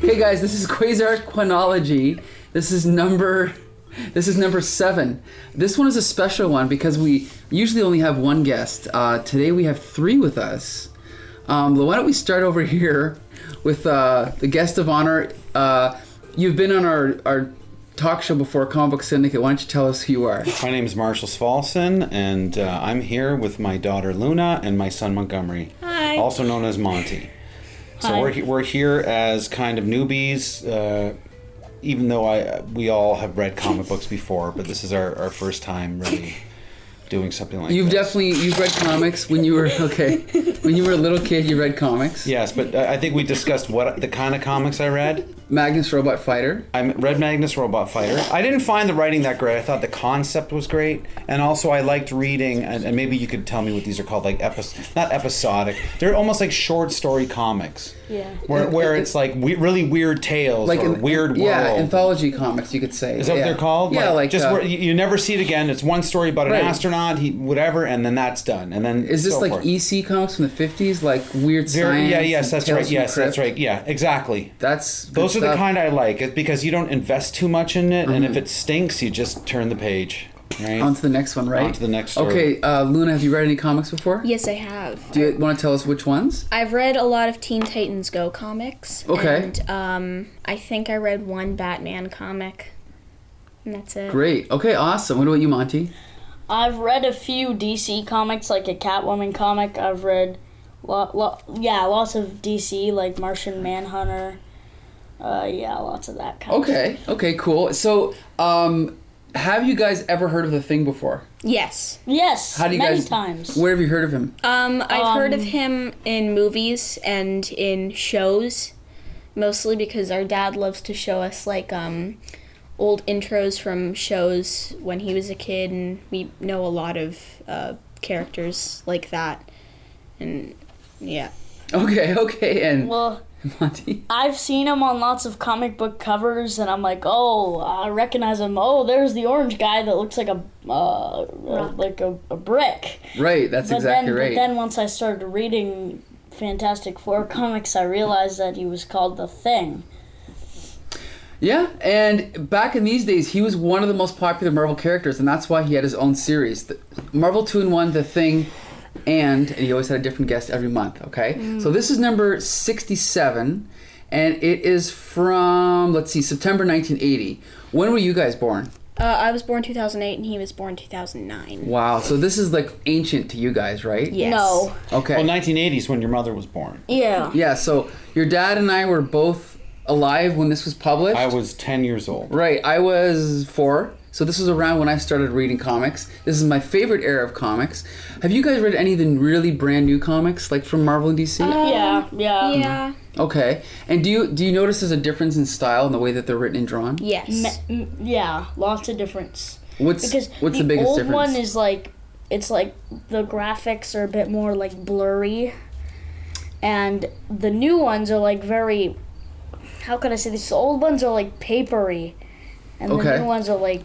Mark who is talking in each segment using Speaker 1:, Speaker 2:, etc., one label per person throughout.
Speaker 1: Hey guys, this is Quasar Quanology. This is number this is number seven. This one is a special one because we usually only have one guest. Uh, today we have three with us. Um, why don't we start over here with uh, the guest of honor? Uh, you've been on our, our talk show before, Comic Book Syndicate. Why don't you tell us who you are?
Speaker 2: My name is Marshall Svalson, and uh, I'm here with my daughter Luna and my son Montgomery,
Speaker 3: Hi.
Speaker 2: also known as Monty. So
Speaker 3: Hi.
Speaker 2: we're, he- we're here as kind of newbies, uh, even though I we all have read comic books before, but this is our, our first time really doing something like
Speaker 1: You've
Speaker 2: this.
Speaker 1: definitely you've read comics when you were okay. When you were a little kid, you read comics.
Speaker 2: Yes, but I I think we discussed what the kind of comics I read.
Speaker 1: Magnus Robot Fighter.
Speaker 2: I read Magnus Robot Fighter. I didn't find the writing that great. I thought the concept was great, and also I liked reading. And, and maybe you could tell me what these are called, like epis not episodic. They're almost like short story comics.
Speaker 3: Yeah.
Speaker 2: Where, where it's like we- really weird tales,
Speaker 1: Like
Speaker 2: like or
Speaker 1: an-
Speaker 2: weird
Speaker 1: yeah,
Speaker 2: world.
Speaker 1: anthology comics, you could say.
Speaker 2: Is that
Speaker 1: yeah.
Speaker 2: what they're called?
Speaker 1: Yeah, like,
Speaker 2: just
Speaker 1: uh,
Speaker 2: where, E you you never see it again. It's one story about an
Speaker 1: Right.
Speaker 2: astronaut, he whatever, and then that's done. And then
Speaker 1: Is this
Speaker 2: so
Speaker 1: like
Speaker 2: forth.
Speaker 1: EC comics from the fifties, like weird
Speaker 2: Very-
Speaker 1: science?
Speaker 2: Yeah, yes,
Speaker 1: and
Speaker 2: that's
Speaker 1: Tales
Speaker 2: right.
Speaker 1: from
Speaker 2: Yes,
Speaker 1: the
Speaker 2: that's
Speaker 1: Crypt?
Speaker 2: right. Yeah, exactly.
Speaker 1: That's good
Speaker 2: Those are the
Speaker 1: stuff. Mm-hmm.
Speaker 2: kind I like is because you don't invest too much in it, and if it stinks, you just turn the page. Right?
Speaker 1: On to the next one, right?
Speaker 2: On to the next story.
Speaker 1: Okay, uh, Luna, have you read any comics before?
Speaker 3: Yes, I have.
Speaker 1: Do you want to tell us which ones?
Speaker 3: I've read a lot of Teen Titans Go comics.
Speaker 1: Okay.
Speaker 3: And um, I think I read one Batman comic. And that's it.
Speaker 1: Great. Okay, awesome. What about you, Monty?
Speaker 4: I've read a few DC comics, like a Catwoman comic. I've read, lo- lo- yeah, lots of DC, like Martian Manhunter. Uh, yeah, lots of that kind.
Speaker 1: Okay. Okay. Cool. So, um, have you guys ever heard of the Thing before?
Speaker 3: Yes.
Speaker 4: Yes.
Speaker 1: How do you
Speaker 4: many
Speaker 1: guys?
Speaker 4: times?
Speaker 1: Where have you heard of him?
Speaker 3: Um, I've heard of
Speaker 4: Um,
Speaker 3: him in movies and in shows, mostly because our dad loves to show us like um, old intros from shows when he was a kid, and we know a lot of uh, characters like that. And yeah.
Speaker 1: Okay. Okay. And
Speaker 4: Well,
Speaker 1: Monty.
Speaker 4: I've seen him on lots of comic book covers, and I'm like, oh, I recognize him. Oh, there's the orange guy that looks like a, uh, like a, a brick.
Speaker 1: Right. That's
Speaker 4: but
Speaker 1: exactly
Speaker 4: then,
Speaker 1: right.
Speaker 4: But then once I started reading Fantastic Four comics, I realized that he was called the Thing.
Speaker 1: Yeah, and back in these days, he was one of the most popular Marvel characters, and that's why he had his own series. The- Marvel 2 in 1, The Thing, and, and he always had a different guest every month, okay? So this is number 67, and it is from, let's see, September 1980. When were you guys born?
Speaker 3: Uh, I was born 2008 and he was born 2009.
Speaker 1: Wow, so this is like ancient to you guys, right?
Speaker 3: Yes.
Speaker 4: No.
Speaker 1: Okay.
Speaker 2: Well, 1980s when your mother was born.
Speaker 4: Yeah.
Speaker 1: yeah, so your dad and I were both alive when this was published.
Speaker 2: I was 10 years old.
Speaker 1: Right, I was four. So this was around when I started reading comics. This is my favorite era of comics. Have you guys read any of the really brand new comics, like from Marvel and DC?
Speaker 4: Uh,
Speaker 3: Um,
Speaker 4: Yeah. Yeah.
Speaker 3: Yeah.
Speaker 1: okay. And do you do you notice there's a difference in style and the way that they're written and drawn?
Speaker 3: Yes.
Speaker 4: Me- m- yeah. Lots of difference.
Speaker 1: What's
Speaker 4: Because
Speaker 1: what's the,
Speaker 4: the,
Speaker 1: biggest
Speaker 4: old
Speaker 1: difference?
Speaker 4: one is like, it's like the graphics are a bit more like blurry, and the new ones are like very. How can I say this? The old ones are like papery, and
Speaker 1: Okay.
Speaker 4: the new ones are like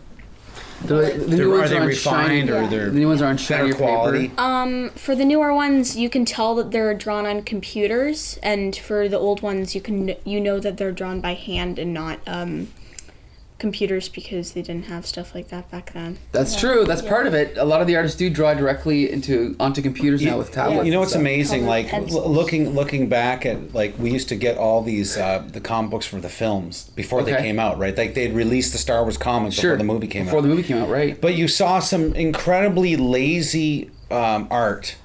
Speaker 1: the, the new ones are on shiny.
Speaker 4: or Yeah.
Speaker 2: they're
Speaker 1: The new ones are on shiny
Speaker 2: better quality?
Speaker 1: paper.
Speaker 3: Um, for the newer ones, you can tell that they're drawn on computers, and for the old ones, you can you know that they're drawn by hand and not um, computers because they didn't have stuff like that back then.
Speaker 1: That's true. That's part of it. A lot of the artists do draw directly into onto computers now with tablets.
Speaker 2: You know
Speaker 1: and
Speaker 2: what's
Speaker 1: stuff.
Speaker 2: amazing?
Speaker 4: Colored
Speaker 2: Like
Speaker 4: pencils.
Speaker 2: l- looking looking back at like we used to get all these uh, the comic books from the films before they
Speaker 1: Okay.
Speaker 2: came out, right? Like they'd release the Star Wars comics
Speaker 1: Sure.
Speaker 2: before the movie came
Speaker 1: Before
Speaker 2: out.
Speaker 1: the movie came out, right?
Speaker 2: but you saw some incredibly lazy um, art.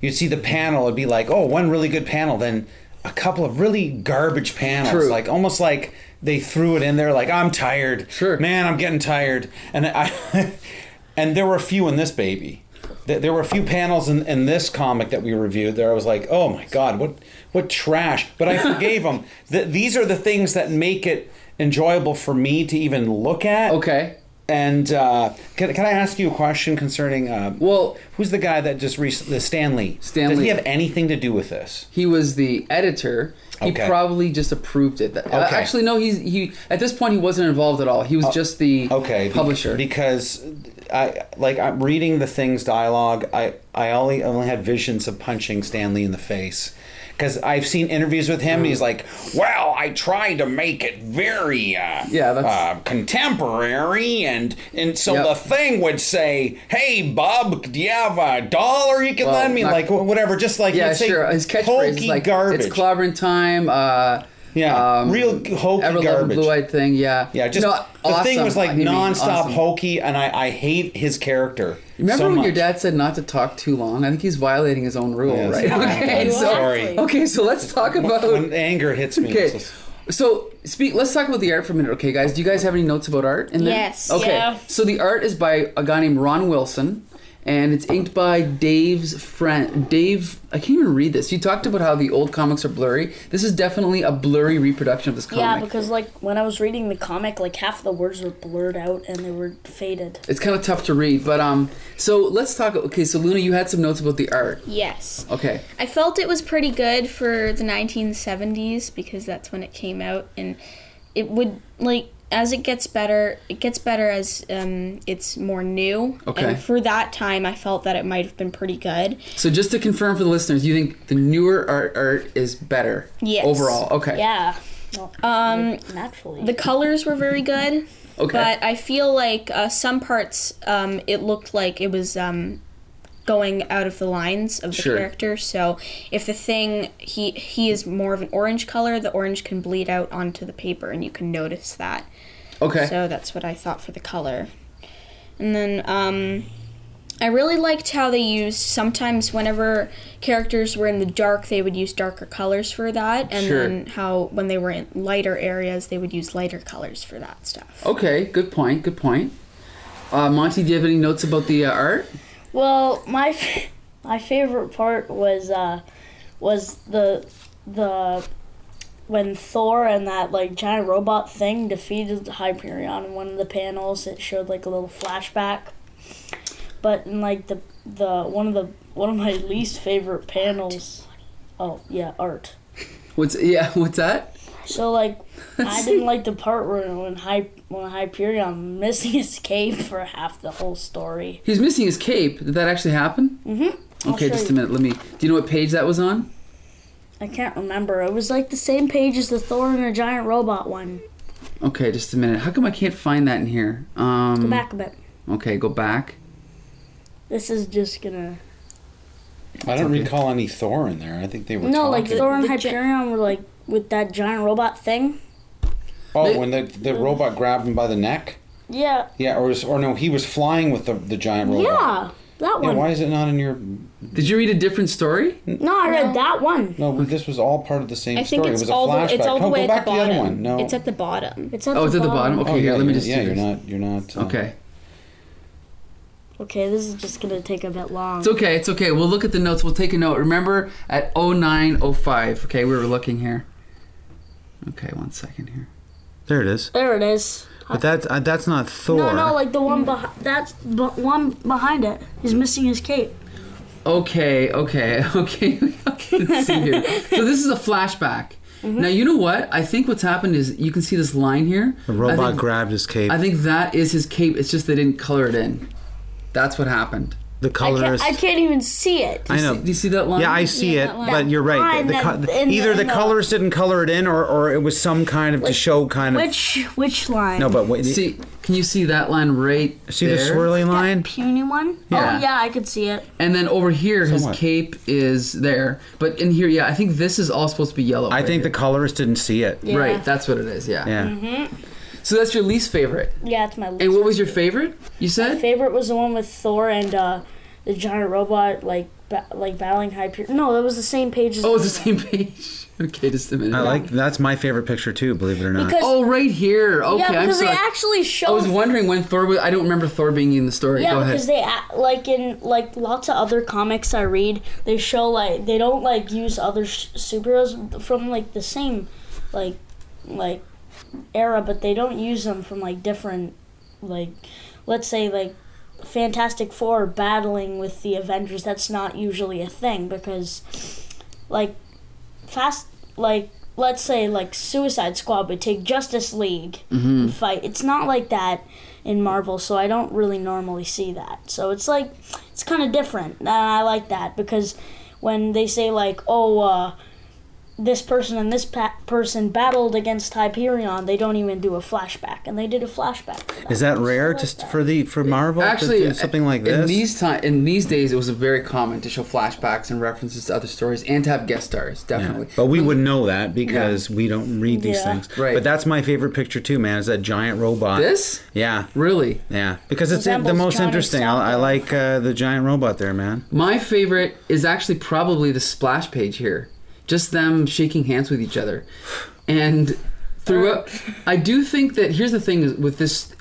Speaker 2: You'd see the panel, it'd be like, oh, one really good panel, then a couple of really garbage panels.
Speaker 1: True.
Speaker 2: Like almost like they threw it in there, like, I'm tired.
Speaker 1: Sure.
Speaker 2: Man, I'm getting tired. And I and there were a few in this baby. There there were a few panels in, in this comic that we reviewed that I was like, oh my God, what what trash. But I forgave them. Th- these are the things that make it enjoyable for me to even look at.
Speaker 1: Okay.
Speaker 2: And uh, can, can I ask you a question concerning? Uh,
Speaker 1: Well-
Speaker 2: who's the guy that just recently? Stanley.
Speaker 1: Stan
Speaker 2: Does
Speaker 1: Lee.
Speaker 2: he have anything to do with this?
Speaker 1: He was the editor. He
Speaker 2: Okay.
Speaker 1: probably just approved it. That-
Speaker 2: Okay. Uh,
Speaker 1: Actually, no. He's he at this point he wasn't involved at all. He was just the
Speaker 2: Okay. be-
Speaker 1: publisher.
Speaker 2: because I like I'm reading the things dialogue. I I only I only had visions of punching Stanley in the face. because I've seen interviews with him. and
Speaker 1: Hmm.
Speaker 2: He's like, "Well, I tried to make it very uh,
Speaker 1: Yeah, that's-
Speaker 2: uh, contemporary, and and so
Speaker 1: Yep.
Speaker 2: the thing would say, "Hey, Bob, do you have a dollar you can
Speaker 1: Well,
Speaker 2: lend me?"
Speaker 1: not-
Speaker 2: like wh- whatever, just like
Speaker 1: Yeah,
Speaker 2: he'd say
Speaker 1: sure. His catchphrase
Speaker 2: hokey
Speaker 1: is like
Speaker 2: garbage.
Speaker 1: "It's clobbering time." Uh,
Speaker 2: Yeah,
Speaker 1: um,
Speaker 2: real hokey
Speaker 1: ever
Speaker 2: garbage.
Speaker 1: blue-eyed thing. Yeah,
Speaker 2: Yeah, just
Speaker 1: No,
Speaker 2: the thing
Speaker 1: awesome.
Speaker 2: was like
Speaker 1: I mean,
Speaker 2: nonstop
Speaker 1: awesome.
Speaker 2: hokey, and I, I hate his character.
Speaker 1: Remember
Speaker 2: so
Speaker 1: when your
Speaker 2: much.
Speaker 1: dad said not to talk too long? I think he's violating his own rule,
Speaker 2: Yes.
Speaker 1: right?
Speaker 2: Yeah.
Speaker 1: Okay,
Speaker 2: Yeah.
Speaker 1: so
Speaker 2: Sorry.
Speaker 1: okay, so let's talk about
Speaker 2: when anger hits me. it's
Speaker 1: Okay.
Speaker 2: just-
Speaker 1: So speak. Let's talk about the art for a minute, okay, guys. Do you guys have any notes about art? In there?
Speaker 3: Yes.
Speaker 1: Okay.
Speaker 4: Yeah.
Speaker 1: So the art is by a guy named Ron Wilson, and it's inked by Dave's friend. Dave, I can't even read this. You talked about how the old comics are blurry. This is definitely a blurry reproduction of this comic.
Speaker 4: Yeah, because like when I was reading the comic, like half the words were blurred out and they were faded.
Speaker 1: it's kind of tough to read. But um, so let's talk. Okay, so Luna, you had some notes about the art.
Speaker 3: Yes.
Speaker 1: Okay.
Speaker 3: I felt it was pretty good for the 1970s because that's when it came out, and it would like as it gets better, it gets better as um, it's more new.
Speaker 1: Okay.
Speaker 3: And for that time, I felt that it might have been pretty good.
Speaker 1: So just to confirm for the listeners, you think the newer art art is better
Speaker 3: Yes.
Speaker 1: overall? Okay.
Speaker 4: Yeah. Well,
Speaker 3: Um,
Speaker 4: naturally.
Speaker 3: the colors were very good.
Speaker 1: Okay.
Speaker 3: But I feel like uh, some parts, um, it looked like it was um, going out of the lines of the
Speaker 1: Sure.
Speaker 3: character. So if the thing he he is more of an orange color, the orange can bleed out onto the paper, and you can notice that.
Speaker 1: okay.
Speaker 3: So that's what I thought for the color. And then um, I really liked how they used sometimes whenever characters were in the dark, they would use darker colors for that, and
Speaker 1: Sure.
Speaker 3: then how when they were in lighter areas, they would use lighter colors for that stuff.
Speaker 1: Okay, good point. Good point. Uh, Monty, do you have any notes about the uh, art?
Speaker 4: well, my f- my favorite part was uh was the the when Thor and that like giant robot thing defeated Hyperion in one of the panels. It showed like a little flashback. But in like the the one of the one of my least favorite panels. Oh yeah, art.
Speaker 1: What's yeah? What's that?
Speaker 4: So like, I didn't like the part where when Hy- when Hyperion missing his cape for half the whole story.
Speaker 1: He's missing his cape. Did that actually happen?
Speaker 4: I'll
Speaker 1: Okay,
Speaker 4: show
Speaker 1: just a
Speaker 4: you.
Speaker 1: minute. Let me. Do you know what page that was on?
Speaker 4: I can't remember. It was like the same page as the Thor and the giant robot one.
Speaker 1: Okay, just a minute. How come I can't find that in here? Um,
Speaker 4: Go back a bit.
Speaker 1: Okay, go back.
Speaker 4: This is just gonna.
Speaker 2: I don't recall any Thor in there. I think they were
Speaker 4: No, like
Speaker 2: talking.
Speaker 4: Thor and
Speaker 3: the gi-
Speaker 4: Hyperion were like with that giant robot thing.
Speaker 2: Oh, when the the robot grabbed him by the neck.
Speaker 4: Yeah.
Speaker 2: Yeah, or was, or no, he was flying with the, the giant robot.
Speaker 4: Yeah. That
Speaker 2: Yeah.
Speaker 4: one.
Speaker 2: Why is it not in your?
Speaker 1: Did you read a different story?
Speaker 4: no, I read that one.
Speaker 2: No, this was all part of the same
Speaker 3: I think
Speaker 2: story.
Speaker 3: it's
Speaker 2: it was
Speaker 3: all
Speaker 2: a flashback.
Speaker 3: the, it's all the
Speaker 2: oh,
Speaker 3: way
Speaker 2: go
Speaker 3: at
Speaker 2: back
Speaker 3: the
Speaker 2: to the
Speaker 3: bottom.
Speaker 2: other one. No,
Speaker 3: It's at the bottom.
Speaker 4: It's at
Speaker 1: Oh,
Speaker 4: the
Speaker 1: it's at the bottom. Okay,
Speaker 2: Oh,
Speaker 1: here.
Speaker 2: yeah,
Speaker 1: Let me
Speaker 2: you're-
Speaker 1: just.
Speaker 2: Yeah,
Speaker 1: do
Speaker 2: you're
Speaker 1: this.
Speaker 2: not. You're not. uh,
Speaker 1: Okay.
Speaker 4: Okay, this is just gonna take a bit long.
Speaker 1: It's okay. It's okay. We'll look at the notes. We'll take a note. Remember at 0905. Okay, we were looking here. Okay, one second here.
Speaker 5: There it is.
Speaker 4: there it is.
Speaker 5: But that's uh, that's not Thor.
Speaker 4: No, no, like the one behind. That's the one behind it. He's missing his cape.
Speaker 1: Okay, okay, okay. Let's see here. So this is a flashback. Now you know what? I think what's happened is you can see this line here.
Speaker 5: the robot
Speaker 1: I think,
Speaker 5: grabbed his cape.
Speaker 1: I think that is his cape. It's just they didn't color it in. That's what happened.
Speaker 5: the
Speaker 4: I can't,
Speaker 5: colorist.
Speaker 4: I can't even see it.
Speaker 5: I
Speaker 1: Do you
Speaker 5: know.
Speaker 1: see- do you see that line?
Speaker 5: yeah, I see
Speaker 3: Yeah,
Speaker 5: it,
Speaker 3: that line.
Speaker 5: but you're right.
Speaker 4: Line
Speaker 5: The, the co-
Speaker 4: that- in the-
Speaker 5: either the,
Speaker 4: in the-
Speaker 5: colorist didn't color it in, or, or it was some kind of to show kind of.
Speaker 4: Which which line?
Speaker 5: no, but wait, see,
Speaker 1: See, can you see that line right
Speaker 5: see the
Speaker 1: there?
Speaker 5: swirly line.
Speaker 4: puny one.
Speaker 1: Yeah.
Speaker 4: Oh yeah, I could see it.
Speaker 1: And then over here, his
Speaker 2: Somewhat.
Speaker 1: cape is there. But in here, yeah, I think this is all supposed to be yellow.
Speaker 5: I
Speaker 1: right
Speaker 5: think the
Speaker 1: here.
Speaker 5: colorist didn't see it. Yeah.
Speaker 1: right. That's what it is. Yeah. So that's your least favorite.
Speaker 4: Yeah, it's my. Least
Speaker 1: And what was your favorite? You said.
Speaker 4: favorite? Was the one with Thor and uh, the giant robot, like ba- like battling Hyperion. No, that was the same page as.
Speaker 1: Oh, it's the same page. Okay, just a minute.
Speaker 5: I like that's my favorite picture too. Believe it or not.
Speaker 4: Because
Speaker 1: Oh, right here. Okay,
Speaker 4: yeah,
Speaker 1: I'm
Speaker 4: because
Speaker 1: sorry.
Speaker 4: they actually
Speaker 1: I
Speaker 4: showed.
Speaker 1: was wondering when Thor was. I don't remember Thor being in the story.
Speaker 4: yeah,
Speaker 1: Go ahead.
Speaker 4: because they a- like in like lots of other comics I read, they show like they don't like use other sh- superheroes from like the same like like era, but they don't use them from like different like let's say like Fantastic Four battling with the Avengers. That's not usually a thing because like fast like let's say like Suicide Squad would take Justice League
Speaker 2: Mm-hmm.
Speaker 4: and fight. It's not like that in Marvel, so I don't really normally see that. So it's like it's kind of different, and I like that because when they say like oh uh, this person and this pa- person battled against Hyperion, they don't even do a flashback, and they did a flashback. for that.
Speaker 2: Is that
Speaker 4: So I
Speaker 2: rare
Speaker 4: like
Speaker 2: just
Speaker 4: that.
Speaker 2: for the for Marvel to
Speaker 1: Actually,
Speaker 2: do something like
Speaker 1: In
Speaker 2: this?
Speaker 1: these time, in these days, it was very common to show flashbacks and references to other stories and to have guest stars. Definitely.
Speaker 2: But we wouldn't know that because we don't read these
Speaker 4: Yeah.
Speaker 2: things.
Speaker 1: Right.
Speaker 2: But that's my favorite picture too, man. Is that giant robot?
Speaker 1: This
Speaker 2: Yeah.
Speaker 1: really
Speaker 2: Yeah, because it's the
Speaker 4: Resembles
Speaker 2: most
Speaker 4: Johnny
Speaker 2: interesting. I, I
Speaker 4: Salvo.
Speaker 2: like uh, the giant robot there, man.
Speaker 1: My favorite is actually probably the splash page here. Just them shaking hands with each other. And throughout, I do think that here's the thing is with this.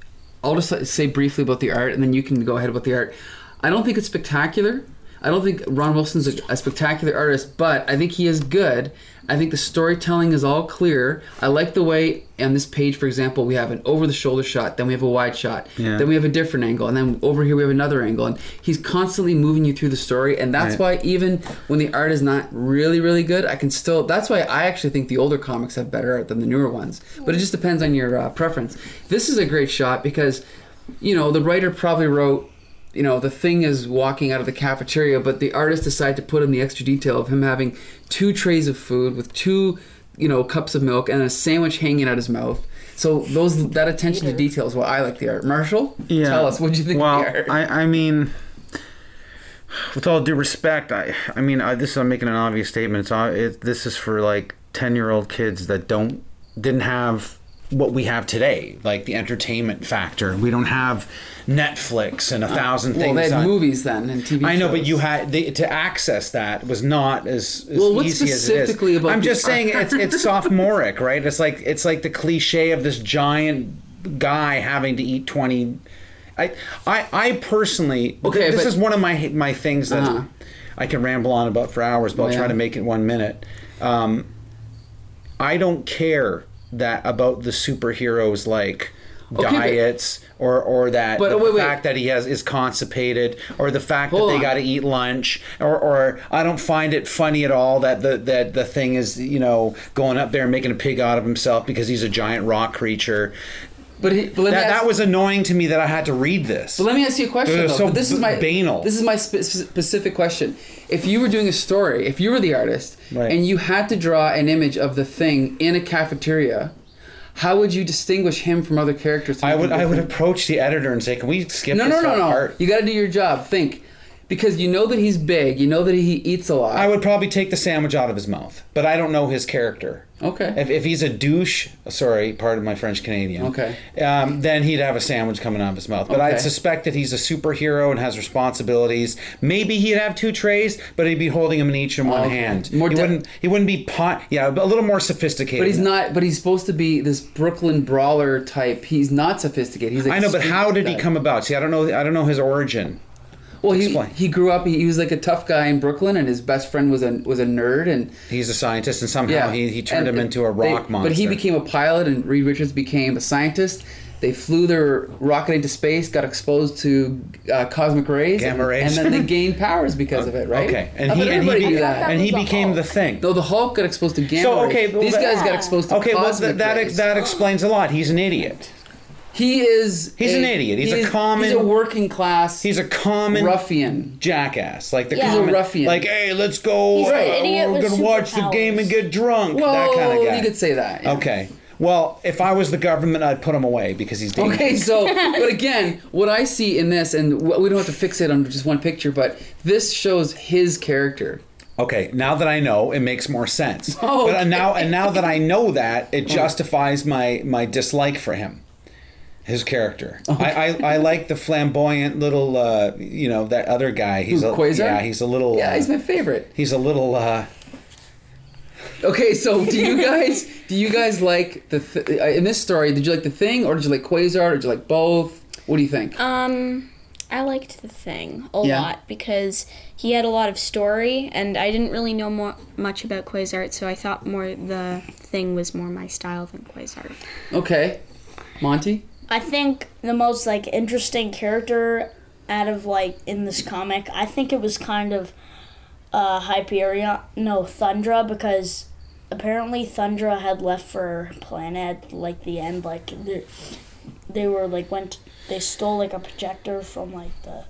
Speaker 1: I'll just say briefly about the art, and then you can go ahead about the art. I don't think it's spectacular. I don't think Ron Wilson's a, a spectacular artist, but I think he is good. I think the storytelling is all clear. I like the way on this page, for example, we have an over-the-shoulder shot, then we have a wide shot,
Speaker 2: Yeah.
Speaker 1: then we have a different angle, and then over here we have another angle. And he's constantly moving you through the story, and that's
Speaker 2: Right.
Speaker 1: why why even when the art is not really really good i can still that's why i actually think the older comics have better art than the newer ones but it just depends on your uh, preference this is a great shot because you know the writer probably wrote you know the thing is walking out of the cafeteria but the artist decided to put in the extra detail of him having two trays of food with two you know cups of milk and a sandwich hanging out his mouth so those that attention to detail is what i like the art marshall tell us what you think
Speaker 2: Well,
Speaker 1: of the art
Speaker 2: I, I mean, with all due respect, I, I mean, I, this I'm making an obvious statement. It's, ob- it, this is for like ten year old kids that don't didn't have what we have today, like the entertainment factor. We don't have Netflix and a thousand
Speaker 1: well
Speaker 2: things.
Speaker 1: they had
Speaker 2: on-
Speaker 1: movies then and tv
Speaker 2: I know, but
Speaker 1: shows.
Speaker 2: you had they, to access that was not as, as
Speaker 1: Well, what's
Speaker 2: easy as it is.
Speaker 1: specifically about
Speaker 2: I'm
Speaker 1: the
Speaker 2: just saying
Speaker 1: art?
Speaker 2: it's it's sophomoric, right? It's like it's like the cliche of this giant guy having to eat twenty. I I, I personally
Speaker 1: Okay,
Speaker 2: okay. This
Speaker 1: but-
Speaker 2: is one of my my things that
Speaker 1: Uh-huh.
Speaker 2: I can ramble on about for hours, but I'll
Speaker 1: Yeah.
Speaker 2: try to make it one minute. Um, I don't care that about the superheroes like
Speaker 1: but-
Speaker 2: diets or or that
Speaker 1: But,
Speaker 2: the
Speaker 1: wait, wait.
Speaker 2: fact that he has is constipated or the fact
Speaker 1: Hold
Speaker 2: that
Speaker 1: on.
Speaker 2: they got to eat lunch or or I don't find it funny at all that the that the thing is you know going up there and making a pig out of himself because he's a giant rock creature.
Speaker 1: but, he, but let me
Speaker 2: That,
Speaker 1: ask-
Speaker 2: that was annoying to me that I had to read this.
Speaker 1: But let me ask you a question.
Speaker 2: They're
Speaker 1: though.
Speaker 2: so
Speaker 1: But this is my
Speaker 2: banal.
Speaker 1: This is my spe- specific question. If you were doing a story, if you were the artist,
Speaker 2: Right.
Speaker 1: and you had to draw an image of the thing in a cafeteria, how would you distinguish him from other characters? to
Speaker 2: I
Speaker 1: make
Speaker 2: would
Speaker 1: him
Speaker 2: I would
Speaker 1: different?
Speaker 2: approach the editor and say, "Can we skip
Speaker 1: No,
Speaker 2: this
Speaker 1: no, no,
Speaker 2: whole
Speaker 1: no.
Speaker 2: part?"
Speaker 1: You got to do your job. Think, because you know that he's big. You know that he eats a lot.
Speaker 2: I would probably take the sandwich out of his mouth, but I don't know his character.
Speaker 1: Okay.
Speaker 2: If, if he's a douche, sorry, pardon my French Canadian.
Speaker 1: Okay.
Speaker 2: Um, then he'd have a sandwich coming out of his mouth. But
Speaker 1: Okay.
Speaker 2: I'd suspect that he's a superhero and has responsibilities. Maybe he'd have two trays, but he'd be holding them in each in one
Speaker 1: Okay.
Speaker 2: hand.
Speaker 1: More
Speaker 2: he
Speaker 1: de-
Speaker 2: wouldn't. He wouldn't be pot. Yeah, a little more sophisticated.
Speaker 1: But he's not. But he's supposed to be this Brooklyn brawler type. He's not sophisticated. He's. Like
Speaker 2: I know, but
Speaker 1: street
Speaker 2: how did he
Speaker 1: guy.
Speaker 2: come about? See, I don't know. I don't know his origin.
Speaker 1: Well, he,
Speaker 2: Explain.
Speaker 1: he grew up. He, he was like a tough guy in Brooklyn, and his best friend was a was a nerd, and
Speaker 2: He's a scientist, and somehow
Speaker 1: yeah,
Speaker 2: he, he turned
Speaker 1: And
Speaker 2: him into a
Speaker 1: they-
Speaker 2: rock monster.
Speaker 1: But he became a pilot, and Reed Richards became a scientist. They flew their rocket into space, got exposed to uh, cosmic rays,
Speaker 2: Gamma
Speaker 1: and,
Speaker 2: rays.
Speaker 1: and then they gained powers because of it, right?
Speaker 2: Okay, and
Speaker 1: Oh,
Speaker 2: he
Speaker 1: but
Speaker 2: and he,
Speaker 1: everybody
Speaker 2: be-
Speaker 1: knew that.
Speaker 2: and he
Speaker 4: That was a
Speaker 2: became
Speaker 4: Hulk.
Speaker 2: the thing.
Speaker 1: Though the Hulk got exposed to gamma
Speaker 2: So, okay,
Speaker 1: rays,
Speaker 2: well,
Speaker 1: these
Speaker 2: that-
Speaker 1: guys got exposed to
Speaker 2: Okay, well,
Speaker 1: cosmic
Speaker 2: th- that
Speaker 1: rays.
Speaker 2: ex- that explains a lot. He's an idiot.
Speaker 1: he is.
Speaker 2: He's
Speaker 1: a-
Speaker 2: an idiot. He's a
Speaker 1: he is-
Speaker 2: common-
Speaker 1: He's a working class.
Speaker 2: He's a common
Speaker 1: ruffian.
Speaker 2: jackass. Like the
Speaker 4: Yeah. He's a
Speaker 2: common-
Speaker 1: ruffian.
Speaker 2: Like, hey, let's go.
Speaker 4: He's
Speaker 2: uh,
Speaker 4: an idiot
Speaker 2: we're
Speaker 4: with
Speaker 2: gonna watch the
Speaker 4: superpowers.
Speaker 2: game and get drunk.
Speaker 1: Well,
Speaker 2: that kind of guy.
Speaker 1: you could say that. yeah.
Speaker 2: Okay. Well, if I was the government, I'd put him away because he's dangerous.
Speaker 1: Okay, so but again, what I see in this, and wh- we don't have to fix it on just one picture, but this shows his character.
Speaker 2: Okay, now that I know, it makes more sense.
Speaker 1: Oh,
Speaker 2: But uh, now,
Speaker 1: okay. Oh.
Speaker 2: and now that I know that, it justifies my my dislike for him, his character. I, I I like the flamboyant little, uh, you know, that other guy. He's
Speaker 1: Who,
Speaker 2: a
Speaker 1: Quasar?
Speaker 2: yeah, he's a little.
Speaker 1: Yeah,
Speaker 2: uh,
Speaker 1: he's my favorite.
Speaker 2: he's a little. Uh,
Speaker 1: Okay, so do you guys do you guys like the th- uh, in this story? Did you like the thing, or did you like Quasar, or did you like both? What do you think?
Speaker 3: Um, I liked the thing a
Speaker 1: Yeah.
Speaker 3: lot because he had a lot of story, and I didn't really know more, much about Quasart, so I thought more the thing was more my style than Quasart.
Speaker 1: Okay, Monty.
Speaker 4: I think the most like interesting character out of like in this comic, I think it was kind of uh Hyperion, no Thundra, because apparently Thundra had left for planet like the end, like they, they were like went they stole like a projector from like the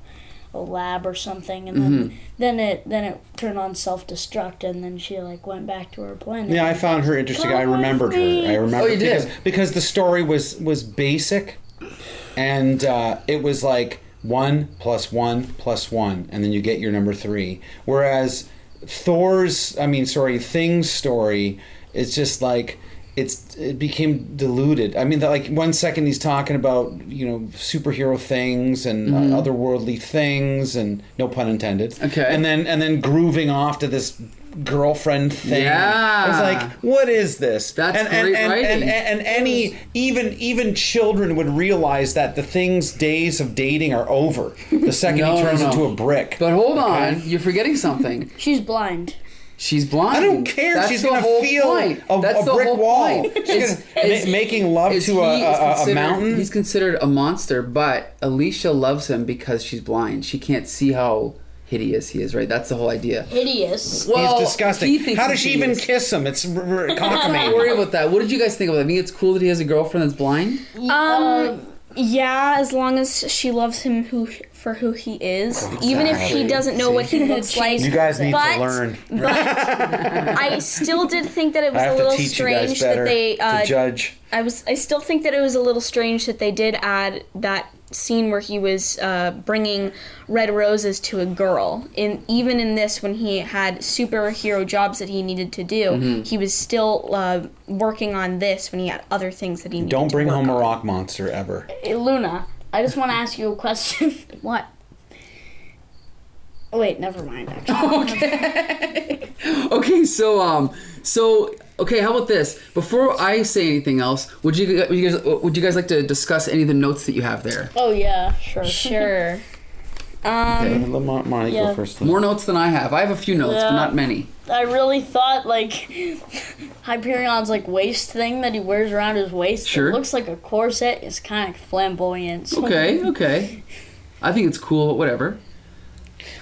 Speaker 4: a lab or something, and
Speaker 2: Mm-hmm.
Speaker 4: then then it then it turned on self destruct, and then she like went back to her planet.
Speaker 2: Yeah, I found her interesting. I
Speaker 4: Come with
Speaker 2: remembered her.
Speaker 4: me.
Speaker 2: I
Speaker 1: Oh,
Speaker 2: remember
Speaker 1: you did?
Speaker 2: because, because the story was was basic, and uh, it was like one plus one plus one, and then you get your number three. Whereas Thor's, I mean, sorry, Thing's story, it's just like. It's, it became diluted. I mean, that like one second he's talking about you know superhero things and uh, otherworldly things, and no pun intended.
Speaker 1: Mm-hmm. Okay.
Speaker 2: And then and then grooving off to this girlfriend thing. I was
Speaker 1: Yeah.
Speaker 2: like, what is this?
Speaker 1: That's
Speaker 2: and, and,
Speaker 1: great
Speaker 2: and, And,
Speaker 1: writing.
Speaker 2: and, and any even even children would realize that the things days of dating are over the second
Speaker 1: No,
Speaker 2: he
Speaker 1: no,
Speaker 2: turns
Speaker 1: no.
Speaker 2: into a brick.
Speaker 1: But hold on,
Speaker 2: Okay?
Speaker 1: you're forgetting something.
Speaker 4: She's blind.
Speaker 1: She's blind.
Speaker 2: I don't care.
Speaker 1: That's
Speaker 2: She's
Speaker 1: the
Speaker 2: gonna
Speaker 1: whole
Speaker 2: feel
Speaker 1: point.
Speaker 2: a,
Speaker 1: That's
Speaker 2: a
Speaker 1: the
Speaker 2: brick
Speaker 1: whole
Speaker 2: wall.
Speaker 1: point.
Speaker 2: She's
Speaker 1: Is-
Speaker 2: gonna,
Speaker 1: is-
Speaker 2: ma- making love
Speaker 1: is
Speaker 2: to a,
Speaker 1: he- is
Speaker 2: a, a, a
Speaker 1: considered-
Speaker 2: mountain.
Speaker 1: He's considered a monster, but Alicia loves him because she's blind. She can't see how hideous he is. Right? That's the whole idea.
Speaker 4: Hideous.
Speaker 1: Well,
Speaker 2: He's disgusting.
Speaker 1: he thinks
Speaker 2: How does
Speaker 1: he's
Speaker 2: she even
Speaker 1: hideous.
Speaker 2: kiss him? It's r- r-
Speaker 1: Don't worry
Speaker 2: cockamamie.
Speaker 1: about that. What did you guys think of that? I think it's cool that he has a girlfriend that's blind.
Speaker 3: Um, yeah, as long as she loves him who for who he is, even if he doesn't know what he looks like.
Speaker 5: You guys need
Speaker 3: But-
Speaker 5: to learn.
Speaker 3: I still did think that it
Speaker 2: I
Speaker 3: was a
Speaker 2: have to
Speaker 3: little
Speaker 2: teach you guys
Speaker 3: strange that
Speaker 2: better
Speaker 3: they.
Speaker 2: to
Speaker 3: Uh,
Speaker 2: judge.
Speaker 3: I was. I still think that it was a little strange that they did add that scene where he was uh, bringing red roses to a girl. In even in this, when he had superhero jobs that he needed to do,
Speaker 2: Mm-hmm.
Speaker 3: he was still uh, working on this when he had other things that he needed.
Speaker 2: Don't
Speaker 3: to
Speaker 2: bring
Speaker 3: work
Speaker 2: home a
Speaker 3: on.
Speaker 2: rock monster ever.
Speaker 4: Hey, Luna, I just want to ask you a question. what? Oh, wait, never mind. Actually,
Speaker 1: Okay, so um, so okay, how about this? Before I say anything else, would you, would you guys would you guys like to discuss any of the notes that you have there?
Speaker 4: oh yeah, sure.
Speaker 3: Sure. Um,
Speaker 5: Let Mon- Monty
Speaker 4: yeah.
Speaker 5: go first.
Speaker 1: More notes than I have. I have a few notes, but
Speaker 4: Yeah.
Speaker 1: not many.
Speaker 4: I really thought like Hyperion's like waist thing that he wears around his waist. that
Speaker 1: Sure.
Speaker 4: looks like a corset. It's kind of flamboyant. so-
Speaker 1: Okay, okay. I think it's cool, but whatever.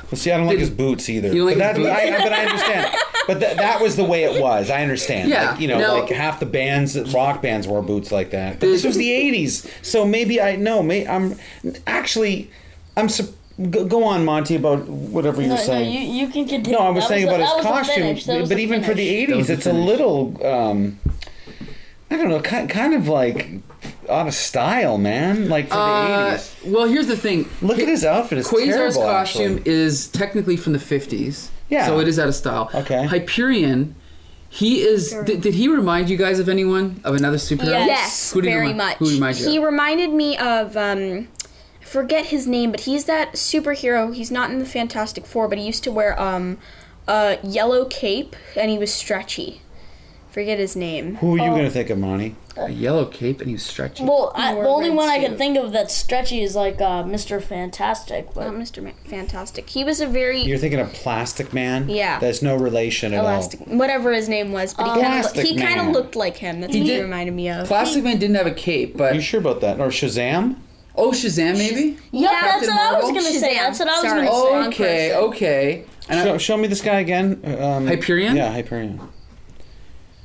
Speaker 2: Well, see, I don't like his boots either.
Speaker 1: You don't like
Speaker 2: but,
Speaker 1: his
Speaker 2: that- I, but I understand. But that that was the way it was. I understand.
Speaker 1: Yeah,
Speaker 2: Like, you know,
Speaker 1: now-
Speaker 2: like half the bands, rock bands, wore boots like that. But this was the '80s, so maybe I no. May, I'm actually, I'm. sup- Go, go on, Monty, about whatever you
Speaker 4: No,
Speaker 2: were
Speaker 4: no,
Speaker 2: saying.
Speaker 4: you, you can continue.
Speaker 2: No, I was
Speaker 4: That
Speaker 2: saying
Speaker 4: the-
Speaker 2: about
Speaker 4: that
Speaker 2: his
Speaker 4: was the
Speaker 2: costume,
Speaker 4: finish, that was
Speaker 2: but
Speaker 4: the
Speaker 2: even for the
Speaker 4: finish.
Speaker 1: was
Speaker 2: '80s,
Speaker 1: the
Speaker 2: it's a
Speaker 1: finish.
Speaker 2: little. Um, I don't know, kind, kind of like out of style, man. Like for the
Speaker 1: Uh,
Speaker 2: '80s.
Speaker 1: well, here's the thing.
Speaker 2: Look at his outfit; it's
Speaker 1: Quasar's
Speaker 2: terrible.
Speaker 1: costume
Speaker 2: actually.
Speaker 1: is technically from the 50s.
Speaker 2: Yeah.
Speaker 1: So it is out of style.
Speaker 2: Okay.
Speaker 1: Hyperion, he is. Did, did he remind you guys of anyone? Of another superhero?
Speaker 3: Yes,
Speaker 1: Who did he
Speaker 3: very
Speaker 1: remind-
Speaker 3: much.
Speaker 1: Who reminded you?
Speaker 3: He
Speaker 1: of?
Speaker 3: reminded me of um I forget his name, but he's that superhero. He's not in the Fantastic Four, but he used to wear um a yellow cape and he was stretchy. Forget his name.
Speaker 2: Who are you going to think of, Monty?
Speaker 1: a yellow cape and he was stretching.
Speaker 4: Well, I,
Speaker 3: Or
Speaker 4: the only
Speaker 3: red
Speaker 4: one I
Speaker 3: suit.
Speaker 4: can think of that's stretchy is like uh, Mr. Fantastic, but
Speaker 3: Not Mr. Oh, Ma- Fantastic. He was a very
Speaker 2: You're thinking of Plastic Man?
Speaker 3: Yeah.
Speaker 2: There's no relation at
Speaker 3: elastic, whatever his name was, but he kind of
Speaker 2: Elastic
Speaker 3: he kind
Speaker 2: Man.
Speaker 3: of looked like him. That's
Speaker 1: He
Speaker 3: what he
Speaker 1: did-
Speaker 3: reminded me of.
Speaker 1: Plastic Man didn't have a cape,
Speaker 2: all.
Speaker 1: but
Speaker 2: You sure about that? Or Shazam?
Speaker 1: oh, Shazam maybe.
Speaker 4: yeah, that's
Speaker 1: Captain
Speaker 4: what I was
Speaker 1: Marvel?
Speaker 4: gonna say. That's what I was
Speaker 3: Shazam.
Speaker 4: gonna
Speaker 3: Sorry.
Speaker 1: Okay,
Speaker 4: say.
Speaker 1: okay. And I-
Speaker 2: Show, show me this guy again. Um,
Speaker 1: Hyperion?
Speaker 2: Yeah, Hyperion.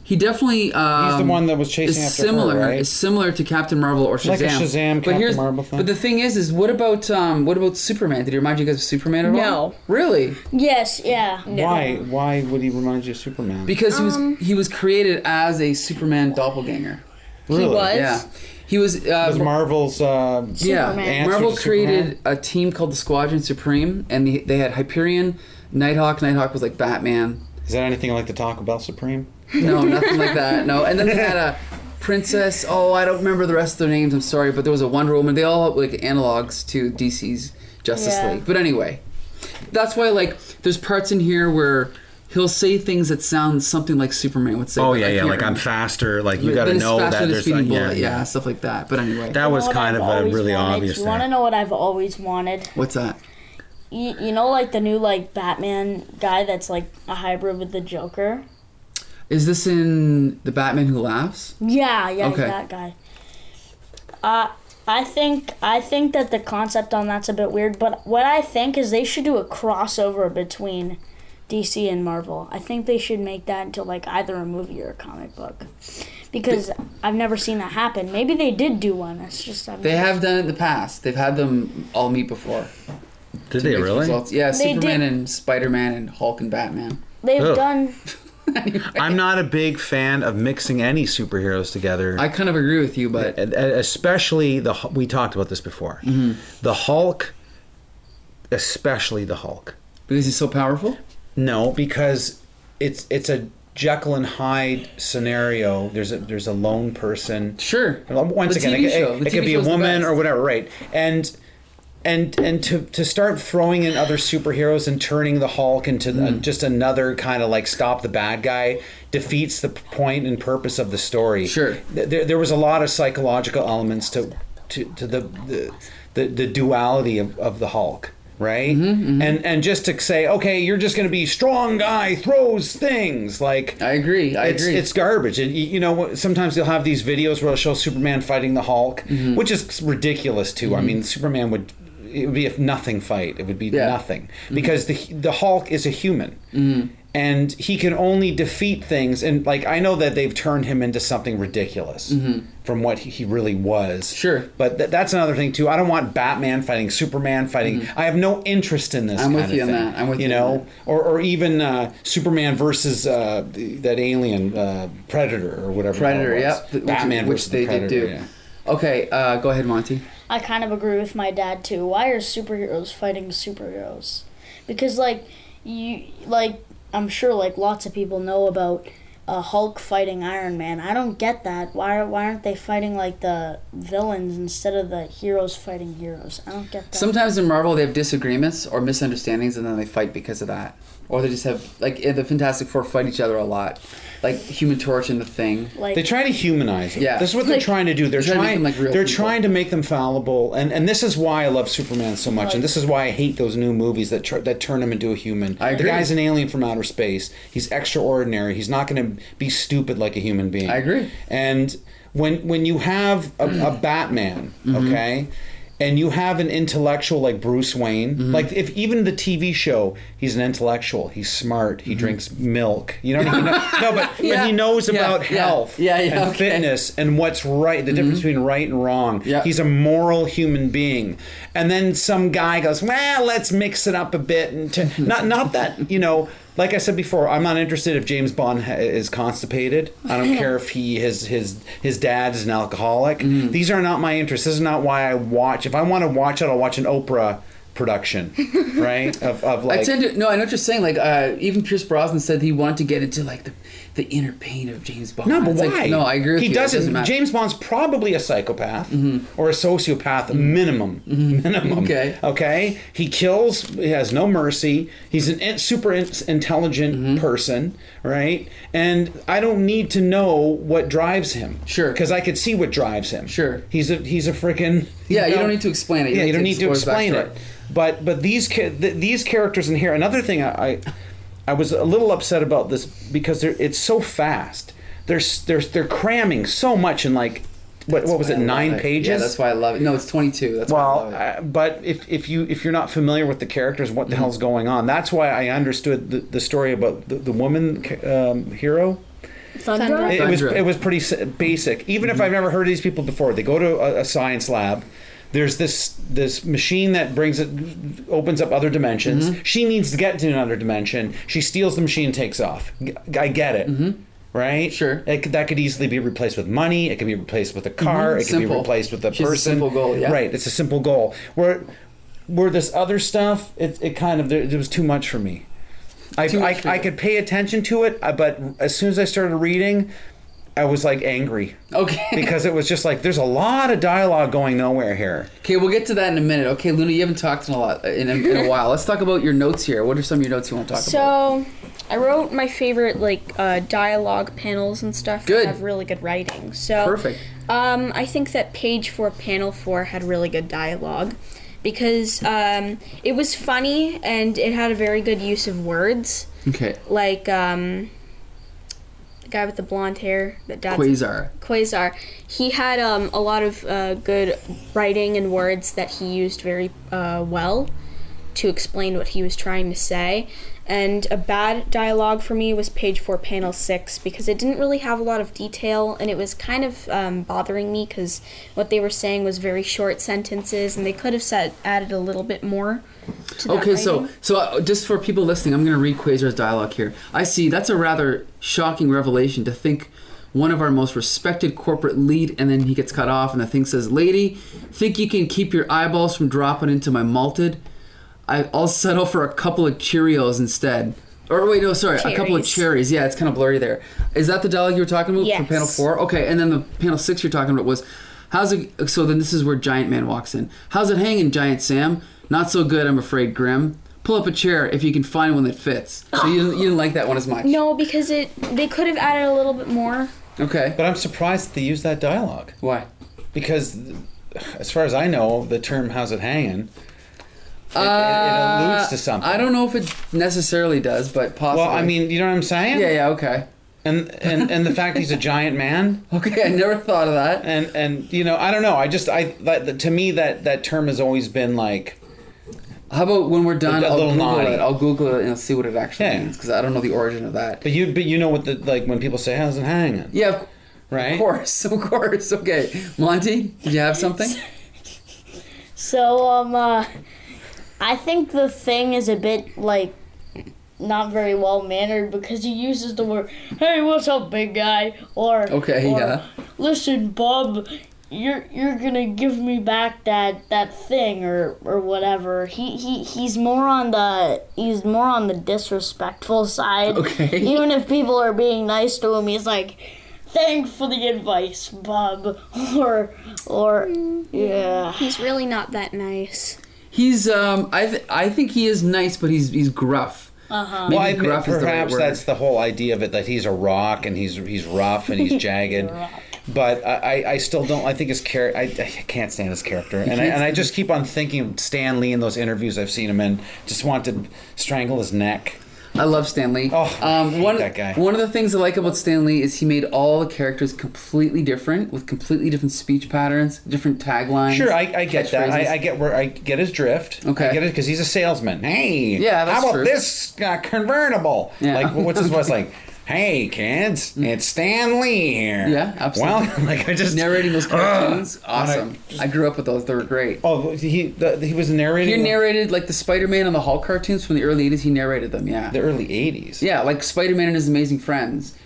Speaker 2: He's
Speaker 1: he definitely. Um,
Speaker 2: the one that was
Speaker 1: is
Speaker 2: chasing after
Speaker 1: similar.
Speaker 2: her, right?
Speaker 1: Is similar to Captain Marvel or Shazam.
Speaker 2: Like a Shazam, Captain
Speaker 1: here's-
Speaker 2: Marvel thing?
Speaker 1: But the thing is, is what about um, what about Superman? Did he remind you guys of Superman at all?
Speaker 3: No.
Speaker 1: really,
Speaker 4: Yes, yeah.
Speaker 2: Why? Why would he remind you of Superman?
Speaker 1: because he was he was created as a Superman doppelganger.
Speaker 2: really?
Speaker 3: He was.
Speaker 1: Yeah, he was. Uh,
Speaker 2: Because Marvel's. Uh,
Speaker 1: yeah,
Speaker 2: Superman.
Speaker 1: Marvel
Speaker 2: Answer to Superman.
Speaker 1: created a team called the Squadron Supreme, and they, they had Hyperion, Nighthawk. Nighthawk was like Batman.
Speaker 2: Is that anything like the Taco Bell Supreme?
Speaker 1: No, nothing like that. No. And then they had a princess. Oh, I don't remember the rest of their names. I'm sorry, but there was a Wonder Woman. They all like analogs to DC's Justice
Speaker 4: Yeah.
Speaker 1: League. But anyway, that's why like there's parts in here where he'll say things that sound something like Superman would say.
Speaker 5: Oh
Speaker 1: but
Speaker 5: yeah,
Speaker 1: I
Speaker 5: yeah.
Speaker 1: can't
Speaker 5: Like I'm
Speaker 1: remember.
Speaker 5: faster. Like you
Speaker 1: But
Speaker 5: got to
Speaker 1: it's
Speaker 5: know
Speaker 1: faster
Speaker 5: that
Speaker 1: than
Speaker 5: there's
Speaker 1: speeding
Speaker 5: some, yeah,
Speaker 1: bullet, yeah,
Speaker 5: yeah.
Speaker 1: stuff like that. But anyway,
Speaker 5: That was
Speaker 4: What
Speaker 5: kind
Speaker 4: I've
Speaker 5: of a
Speaker 4: always
Speaker 5: really
Speaker 4: wanted.
Speaker 5: obvious
Speaker 4: You want to
Speaker 5: thing.
Speaker 4: know what I've always wanted?
Speaker 1: what's that?
Speaker 4: You, you know, like the new like Batman guy that's like a hybrid with the Joker.
Speaker 1: Is this in the Batman Who Laughs?
Speaker 4: Yeah, yeah,
Speaker 1: Okay.
Speaker 4: that guy. Uh, I think I think that the concept on that's a bit weird, but what I think is they should do a crossover between DC and Marvel. I think they should make that into like either a movie or a comic book. Because I've never seen that happen. Maybe they did do one. It's just I've
Speaker 1: They
Speaker 4: never-
Speaker 1: have done it in the past. They've had them all meet before.
Speaker 5: Did
Speaker 1: to
Speaker 5: they
Speaker 1: mixed
Speaker 5: really?
Speaker 1: Results. Yeah,
Speaker 4: They
Speaker 1: Superman
Speaker 4: did-
Speaker 1: and Spider Man and Hulk and Batman.
Speaker 4: They've
Speaker 5: Ugh.
Speaker 4: done
Speaker 5: I'm not a big fan of mixing any superheroes together.
Speaker 1: I kind of agree with you, but
Speaker 5: E- especially the Hu- we talked about this before.
Speaker 2: Mm-hmm.
Speaker 5: The Hulk, especially the Hulk.
Speaker 1: because he's so powerful.
Speaker 2: No, because it's it's a Jekyll and Hyde scenario. There's a there's a lone person.
Speaker 1: Sure.
Speaker 2: Well, Once
Speaker 1: The
Speaker 2: again,
Speaker 1: TV
Speaker 2: it,
Speaker 1: show.
Speaker 2: it-
Speaker 1: The
Speaker 2: it could
Speaker 1: TV
Speaker 2: be a
Speaker 1: show's the
Speaker 2: woman
Speaker 1: best.
Speaker 2: or whatever, right? And and and to to start throwing in other superheroes and turning the Hulk into
Speaker 1: Mm.
Speaker 2: uh, just another kind of like stop the bad guy defeats the p- point and purpose of the story.
Speaker 1: Sure.
Speaker 2: Th- there, there was a lot of psychological elements to to, to the, the the the duality of, of the Hulk, right?
Speaker 1: Mm-hmm,
Speaker 2: And and just to say, okay, you're just going to be strong guy throws things like
Speaker 1: I agree. I
Speaker 2: it's,
Speaker 1: agree.
Speaker 2: It's garbage. And you you know, sometimes you'll have these videos where it'll show Superman fighting the Hulk,
Speaker 1: Mm-hmm.
Speaker 2: which is ridiculous too. I mean, Superman would it would be a nothing fight. It would be
Speaker 1: Yeah. Mm-hmm.
Speaker 2: nothing because the the Hulk is a human. And he can only defeat things, and like I know that they've turned him into something ridiculous from what he- he really was.
Speaker 1: Mm-hmm. Sure.
Speaker 2: but th- that's another thing too. I don't want Batman fighting Superman fighting.
Speaker 1: Mm-hmm.
Speaker 2: I have no interest in this.
Speaker 1: I'm with
Speaker 2: kind
Speaker 1: you
Speaker 2: of
Speaker 1: on
Speaker 2: thing.
Speaker 1: that. I'm with
Speaker 2: you
Speaker 1: you on
Speaker 2: know,
Speaker 1: that.
Speaker 2: or, or even uh, Superman versus uh, the- that alien uh, Predator or whatever. the hell
Speaker 1: Predator.
Speaker 2: Oh, it was.
Speaker 1: Yep. Which,
Speaker 2: Batman
Speaker 1: which
Speaker 2: versus
Speaker 1: they
Speaker 2: the Predator.
Speaker 1: did do.
Speaker 2: yeah.
Speaker 1: Okay, uh, go ahead, Monty.
Speaker 4: I kind of agree with my dad too. Why are superheroes fighting superheroes? Because like you like I'm sure like lots of people know about uh, Hulk fighting Iron Man. I don't get that. Why why aren't they fighting like the villains instead of the heroes fighting heroes? I don't get that.
Speaker 1: Sometimes in Marvel they have disagreements or misunderstandings, and then they fight because of that. Or they just have like eh, the Fantastic Four fight each other a lot, like Human Torch and the Thing.
Speaker 4: like
Speaker 2: They try to humanize it.
Speaker 1: Yeah.
Speaker 2: This is what they're trying to do. They're
Speaker 1: They're trying to
Speaker 2: trying,
Speaker 1: make them like real
Speaker 2: they're
Speaker 1: people.
Speaker 2: trying to make them fallible, and, and this is why I love Superman so much, and this is why I hate those new movies that tr- that turn him into a human.
Speaker 1: I agree.
Speaker 2: The guy's an alien from outer space. He's extraordinary. He's not going to be stupid like a human being.
Speaker 1: I agree.
Speaker 2: And when when you have a, a Batman,
Speaker 1: Mm-hmm.
Speaker 2: okay. And you have an intellectual like Bruce Wayne,
Speaker 1: Mm-hmm.
Speaker 2: like if even the TV show, he's an intellectual, he's smart,
Speaker 1: Mm-hmm.
Speaker 2: he drinks milk, you know, what I mean? no, but, but
Speaker 1: Yeah.
Speaker 2: he knows
Speaker 1: Yeah,
Speaker 2: about
Speaker 1: yeah.
Speaker 2: health,
Speaker 1: Yeah, yeah,
Speaker 2: and
Speaker 1: okay. Mm-hmm.
Speaker 2: fitness rightness and what's right, the difference between right and wrong.
Speaker 1: Yeah.
Speaker 2: He's a moral human being. And then some guy goes, well, let's mix it up a bit. And t-. not, not that, you know, like I said before, I'm not interested if James Bond ha- is constipated. I don't care if he his his his dad is an alcoholic.
Speaker 1: Mm.
Speaker 2: These are not my interests. This is not why I watch. If I want to watch it, I'll watch an Oprah production, right? Of, of like
Speaker 1: I tend to no. I know what you're saying. Like uh, even Pierce Brosnan said he wanted to get into like the the inner pain of James Bond.
Speaker 2: No, but
Speaker 1: It's
Speaker 2: why?
Speaker 1: like, no, I agree with
Speaker 2: he
Speaker 1: you. It
Speaker 2: doesn't.
Speaker 1: matter. Mm-hmm.
Speaker 2: James Bond's probably a psychopath or a sociopath, minimum, minimum.
Speaker 1: Okay.
Speaker 2: Okay. He kills. He has no mercy. He's an in- super in- intelligent
Speaker 1: Mm-hmm.
Speaker 2: person, right? And I don't need to know what drives him.
Speaker 1: Sure.
Speaker 2: Because I could see what drives him.
Speaker 1: Sure.
Speaker 2: He's a he's a freaking.
Speaker 1: Yeah, you don't need to explain it. You
Speaker 2: yeah, you
Speaker 1: don't
Speaker 2: don't
Speaker 1: need
Speaker 2: need
Speaker 1: to
Speaker 2: to
Speaker 1: explore his
Speaker 2: explain
Speaker 1: backstory.
Speaker 2: it. But but these cha- th- these characters in here. Another thing I, I I was a little upset about this because they're, it's so fast. They're s- they're they're cramming so much in like what what was
Speaker 1: I
Speaker 2: it
Speaker 1: love
Speaker 2: nine pages?
Speaker 1: Yeah, that's why I love it. No, it's 22. That's why I
Speaker 2: Well,
Speaker 1: love it.
Speaker 2: uh, but if, if you if you're not familiar with the characters, what
Speaker 1: Mm-hmm.
Speaker 2: the hell's going on? That's why I understood the, the story about the, the woman um, hero.
Speaker 3: Thunder?
Speaker 2: It, it was
Speaker 1: Thundra.
Speaker 2: it was pretty s- basic. Even
Speaker 1: Mm-hmm.
Speaker 2: if I've never heard of these people before, they go to a, a science lab. There's this this machine that brings it opens up other dimensions.
Speaker 1: Mm-hmm.
Speaker 2: She needs to get to another dimension. She steals the machine, and takes off. G- I get it. Right?
Speaker 1: Mm-hmm. Sure. Mm-hmm.
Speaker 2: It, could- that could easily be replaced with money. It could be replaced with a car. It could
Speaker 1: Simple.
Speaker 2: be replaced with a
Speaker 1: She's a
Speaker 2: person.
Speaker 1: simple goal, yeah.
Speaker 2: Right. It's a simple goal. Where where this other stuff, it, it kind of there, it was too much for me. I,
Speaker 1: Too much
Speaker 2: I,
Speaker 1: for
Speaker 2: I
Speaker 1: you.
Speaker 2: could pay attention to it, uh, but as soon as I started reading, I was like angry
Speaker 1: Okay.
Speaker 2: because it was just like there's a lot of dialogue going nowhere here.
Speaker 1: Okay, we'll get to that in a minute. Okay, Luna, you haven't talked in a lot in a, in a while. Let's talk about your notes here. What are some of your notes you want to talk about?
Speaker 3: So, I wrote my favorite like uh, dialogue panels and stuff.
Speaker 1: Good.
Speaker 3: That have really good writing. So
Speaker 1: Perfect.
Speaker 3: Um, I think that page four, panel four, had really good dialogue because um, it was funny and it had a very good use of words,
Speaker 1: Okay,
Speaker 3: like um, the guy with the blonde hair that dad's
Speaker 1: Quasar.
Speaker 3: Quasar. He had um, a lot of uh, good writing and words that he used very uh, well to explain what he was trying to say. And a bad dialogue for me was page four, panel six, because it didn't really have a lot of detail, and it was kind of um, bothering me because what they were saying was very short sentences, and they could have said added a little bit more. To that
Speaker 1: Okay, so
Speaker 3: writing.
Speaker 1: so uh, just for people listening, I'm going to read Quasar's dialogue here. I see that's a rather shocking revelation to think one of our most respected corporate lead, and then he gets cut off, and the thing says, "Lady, think you can keep your eyeballs from dropping into my malted? I, I'll settle for a couple of Cheerios instead." Or wait, no, sorry, a couple of
Speaker 3: Cherries.
Speaker 1: cherries. Yeah, it's kind of blurry there. Is that the dialogue you were talking about for
Speaker 3: Yes.
Speaker 1: panel four? Okay, and then the panel six you're talking about was how's it? So then this is where Giant Man walks in. How's it hanging, Giant Sam? Not so good, I'm afraid, Grim. Pull up a chair if you can find one that fits. So you didn't, you didn't like that one as much.
Speaker 3: No, because it they could have added a little bit more.
Speaker 1: Okay.
Speaker 2: But I'm surprised they used that dialogue
Speaker 1: Why?
Speaker 2: because, as far as I know, the term "how's it hanging" it, it- it alludes to something.
Speaker 1: Uh, I don't know if it necessarily does, but possibly.
Speaker 2: Well, I mean, you know what I'm saying?
Speaker 1: Yeah. Yeah. Okay.
Speaker 2: And and and the fact he's a giant man,
Speaker 1: Okay. I never thought of that.
Speaker 2: and and you know, I don't know. I just I that, to me that that term has always been like
Speaker 1: How about when we're done,
Speaker 2: A
Speaker 1: I'll
Speaker 2: little
Speaker 1: Google
Speaker 2: naughty.
Speaker 1: it. I'll Google it and I'll see what it actually
Speaker 2: Yeah.
Speaker 1: means because I don't know the origin of that.
Speaker 2: But you, but you know what the like when people say "how's it hanging,"
Speaker 1: Yeah, of,
Speaker 2: right?
Speaker 1: of course, of course. Okay, Monty, did you have something?
Speaker 4: So um, uh, I think the thing is a bit like not very well mannered because he uses the word "Hey, what's up, big guy?" or
Speaker 1: Okay,
Speaker 4: or,
Speaker 1: yeah.
Speaker 4: Listen, Bob, you're you're gonna give me back that that thing or or whatever. He he he's more on the he's more on the disrespectful side.
Speaker 1: Okay.
Speaker 4: Even if people are being nice to him, he's like. Thanks for the advice, Bob. Or, or, yeah.
Speaker 3: He's really not that nice.
Speaker 1: He's um, I th- I think he is nice, but he's he's gruff. Uh-huh. Maybe
Speaker 2: Well, I,
Speaker 1: gruff is the right
Speaker 2: perhaps
Speaker 1: word.
Speaker 2: that's the whole idea of it that he's a rock and he's he's rough and he's jagged. But I, I- I still don't. I think his character. I, I can't stand his character, and I, and I just keep on thinking of Stan Lee in those interviews I've seen him in. Just want to strangle his neck.
Speaker 1: I love Stanley. Um,
Speaker 2: Oh, I hate
Speaker 1: one
Speaker 2: that guy.
Speaker 1: one of the things I like about Stanley is he made all the characters completely different with completely different speech patterns, different taglines.
Speaker 2: Sure, I, I get that.
Speaker 1: catchphrases.
Speaker 2: I, I get where I get his drift.
Speaker 1: Okay.
Speaker 2: I get it because he's a salesman. Hey,
Speaker 1: Yeah, that's
Speaker 2: how about
Speaker 1: true.
Speaker 2: this uh, convertible?
Speaker 1: Yeah. Mm.
Speaker 2: Like, what's his voice like? Hey, kids, it's Stan Lee here.
Speaker 1: Yeah, absolutely.
Speaker 2: Well, like I just
Speaker 1: narrating those cartoons.
Speaker 2: Ugh.
Speaker 1: awesome. I, grew up with those. They were great.
Speaker 2: Oh, he the, he was
Speaker 1: He
Speaker 2: narrating
Speaker 1: narrated like the Spider-Man and the Hulk cartoons from the early '80s. He narrated them. Yeah.
Speaker 2: the early '80s.
Speaker 1: yeah, like Spider-Man and his amazing friends.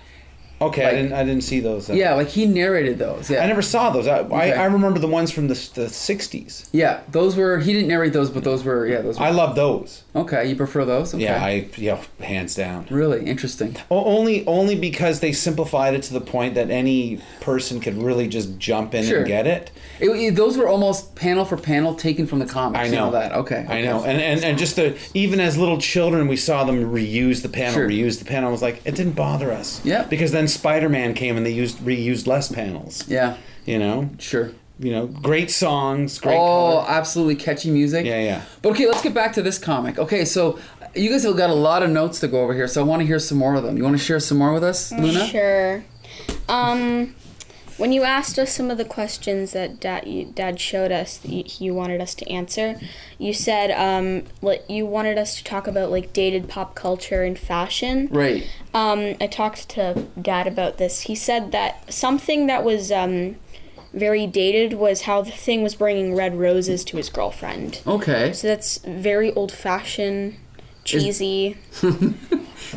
Speaker 2: Okay, I
Speaker 1: Like-
Speaker 2: didn't I didn't see those. then.
Speaker 1: Yeah, like he narrated those. Yeah.
Speaker 2: I never saw those. I,
Speaker 1: Okay.
Speaker 2: I I remember the ones from the the '60s.
Speaker 1: Yeah, those were he didn't narrate those, but those were yeah those. Were,
Speaker 2: I love those.
Speaker 1: okay, you prefer those? Okay.
Speaker 2: Yeah, I yeah, hands down.
Speaker 1: really interesting.
Speaker 2: O- only only because they simplified it to the point that any person could really just jump in
Speaker 1: Sure.
Speaker 2: and get it.
Speaker 1: It, it- those were almost panel for panel taken from the comics.
Speaker 2: I
Speaker 1: you
Speaker 2: know
Speaker 1: that. Okay,
Speaker 2: I
Speaker 1: okay.
Speaker 2: know, and, and and just the even as little children, we saw them reuse the panel,
Speaker 1: Sure.
Speaker 2: reuse the panel. I was like, it didn't bother us.
Speaker 1: Yeah.
Speaker 2: because then Spider Man came and they used reused less panels.
Speaker 1: Yeah,
Speaker 2: you know,
Speaker 1: sure.
Speaker 2: you know, great songs, great.
Speaker 1: oh,
Speaker 2: color.
Speaker 1: absolutely catchy music.
Speaker 2: Yeah, yeah.
Speaker 1: But okay, let's get back to this comic. Okay, so you guys have got a lot of notes to go over here, so I want to hear some more of them. You want to share some more with us, Luna?
Speaker 3: Mm, Sure. Um, when you asked us some of the questions that Dad, you, Dad showed us, that you, you wanted us to answer. You said um, what you wanted us to talk about, like dated pop culture and fashion.
Speaker 1: Right.
Speaker 3: Um, I talked to Dad about this. He said that something that was um, very dated was how the thing was bringing red roses to his girlfriend.
Speaker 1: Okay.
Speaker 3: So that's very old-fashioned, cheesy.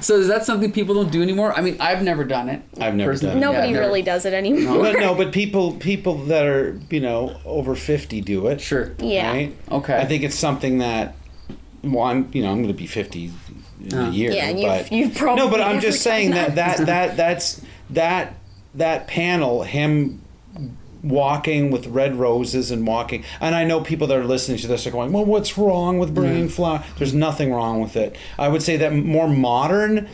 Speaker 1: So is that something people don't do anymore? I mean, I've never done it.
Speaker 2: I've never
Speaker 1: Personally.
Speaker 2: done it.
Speaker 3: Nobody
Speaker 1: Yeah, never.
Speaker 3: really does it anymore.
Speaker 2: But no, but people people that are you know over fifty do it.
Speaker 1: Sure.
Speaker 3: Yeah.
Speaker 2: Right?
Speaker 1: Okay.
Speaker 2: I think it's something that. Well, I'm you know I'm going to be fifty in
Speaker 1: Oh.
Speaker 2: a year.
Speaker 3: Yeah, and you've-
Speaker 2: but,
Speaker 3: you've probably
Speaker 2: no, but I'm
Speaker 3: never
Speaker 2: just
Speaker 3: done
Speaker 2: saying that
Speaker 3: that.
Speaker 2: that that that's that that panel him walking with red roses and walking and i know people that are listening to this are going well what's wrong with bringing flower there's nothing wrong with it i would say that more modern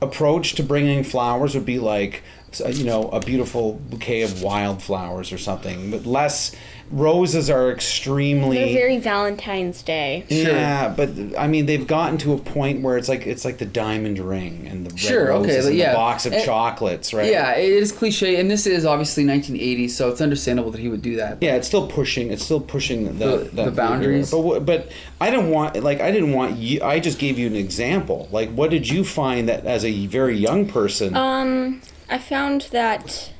Speaker 2: approach to bringing flowers would be like so, you know a beautiful bouquet of wildflowers or something but less roses are extremely
Speaker 3: They're very Valentine's Day.
Speaker 1: Sure.
Speaker 2: yeah but i mean they've gotten to a point where it's like it's like the diamond ring and the red
Speaker 1: Sure, okay,
Speaker 2: roses and
Speaker 1: yeah.
Speaker 2: the box of
Speaker 1: Eh,
Speaker 2: chocolates right
Speaker 1: Yeah, it is cliche, and this is obviously 1980s, so it's understandable that he would do that.
Speaker 2: Yeah, it's still pushing. It's still pushing the
Speaker 1: The- the boundaries.
Speaker 2: But wha- but I don't want like I didn't want you. I just gave you an example. Like, what did you find that as a very young person?
Speaker 3: Um, I found that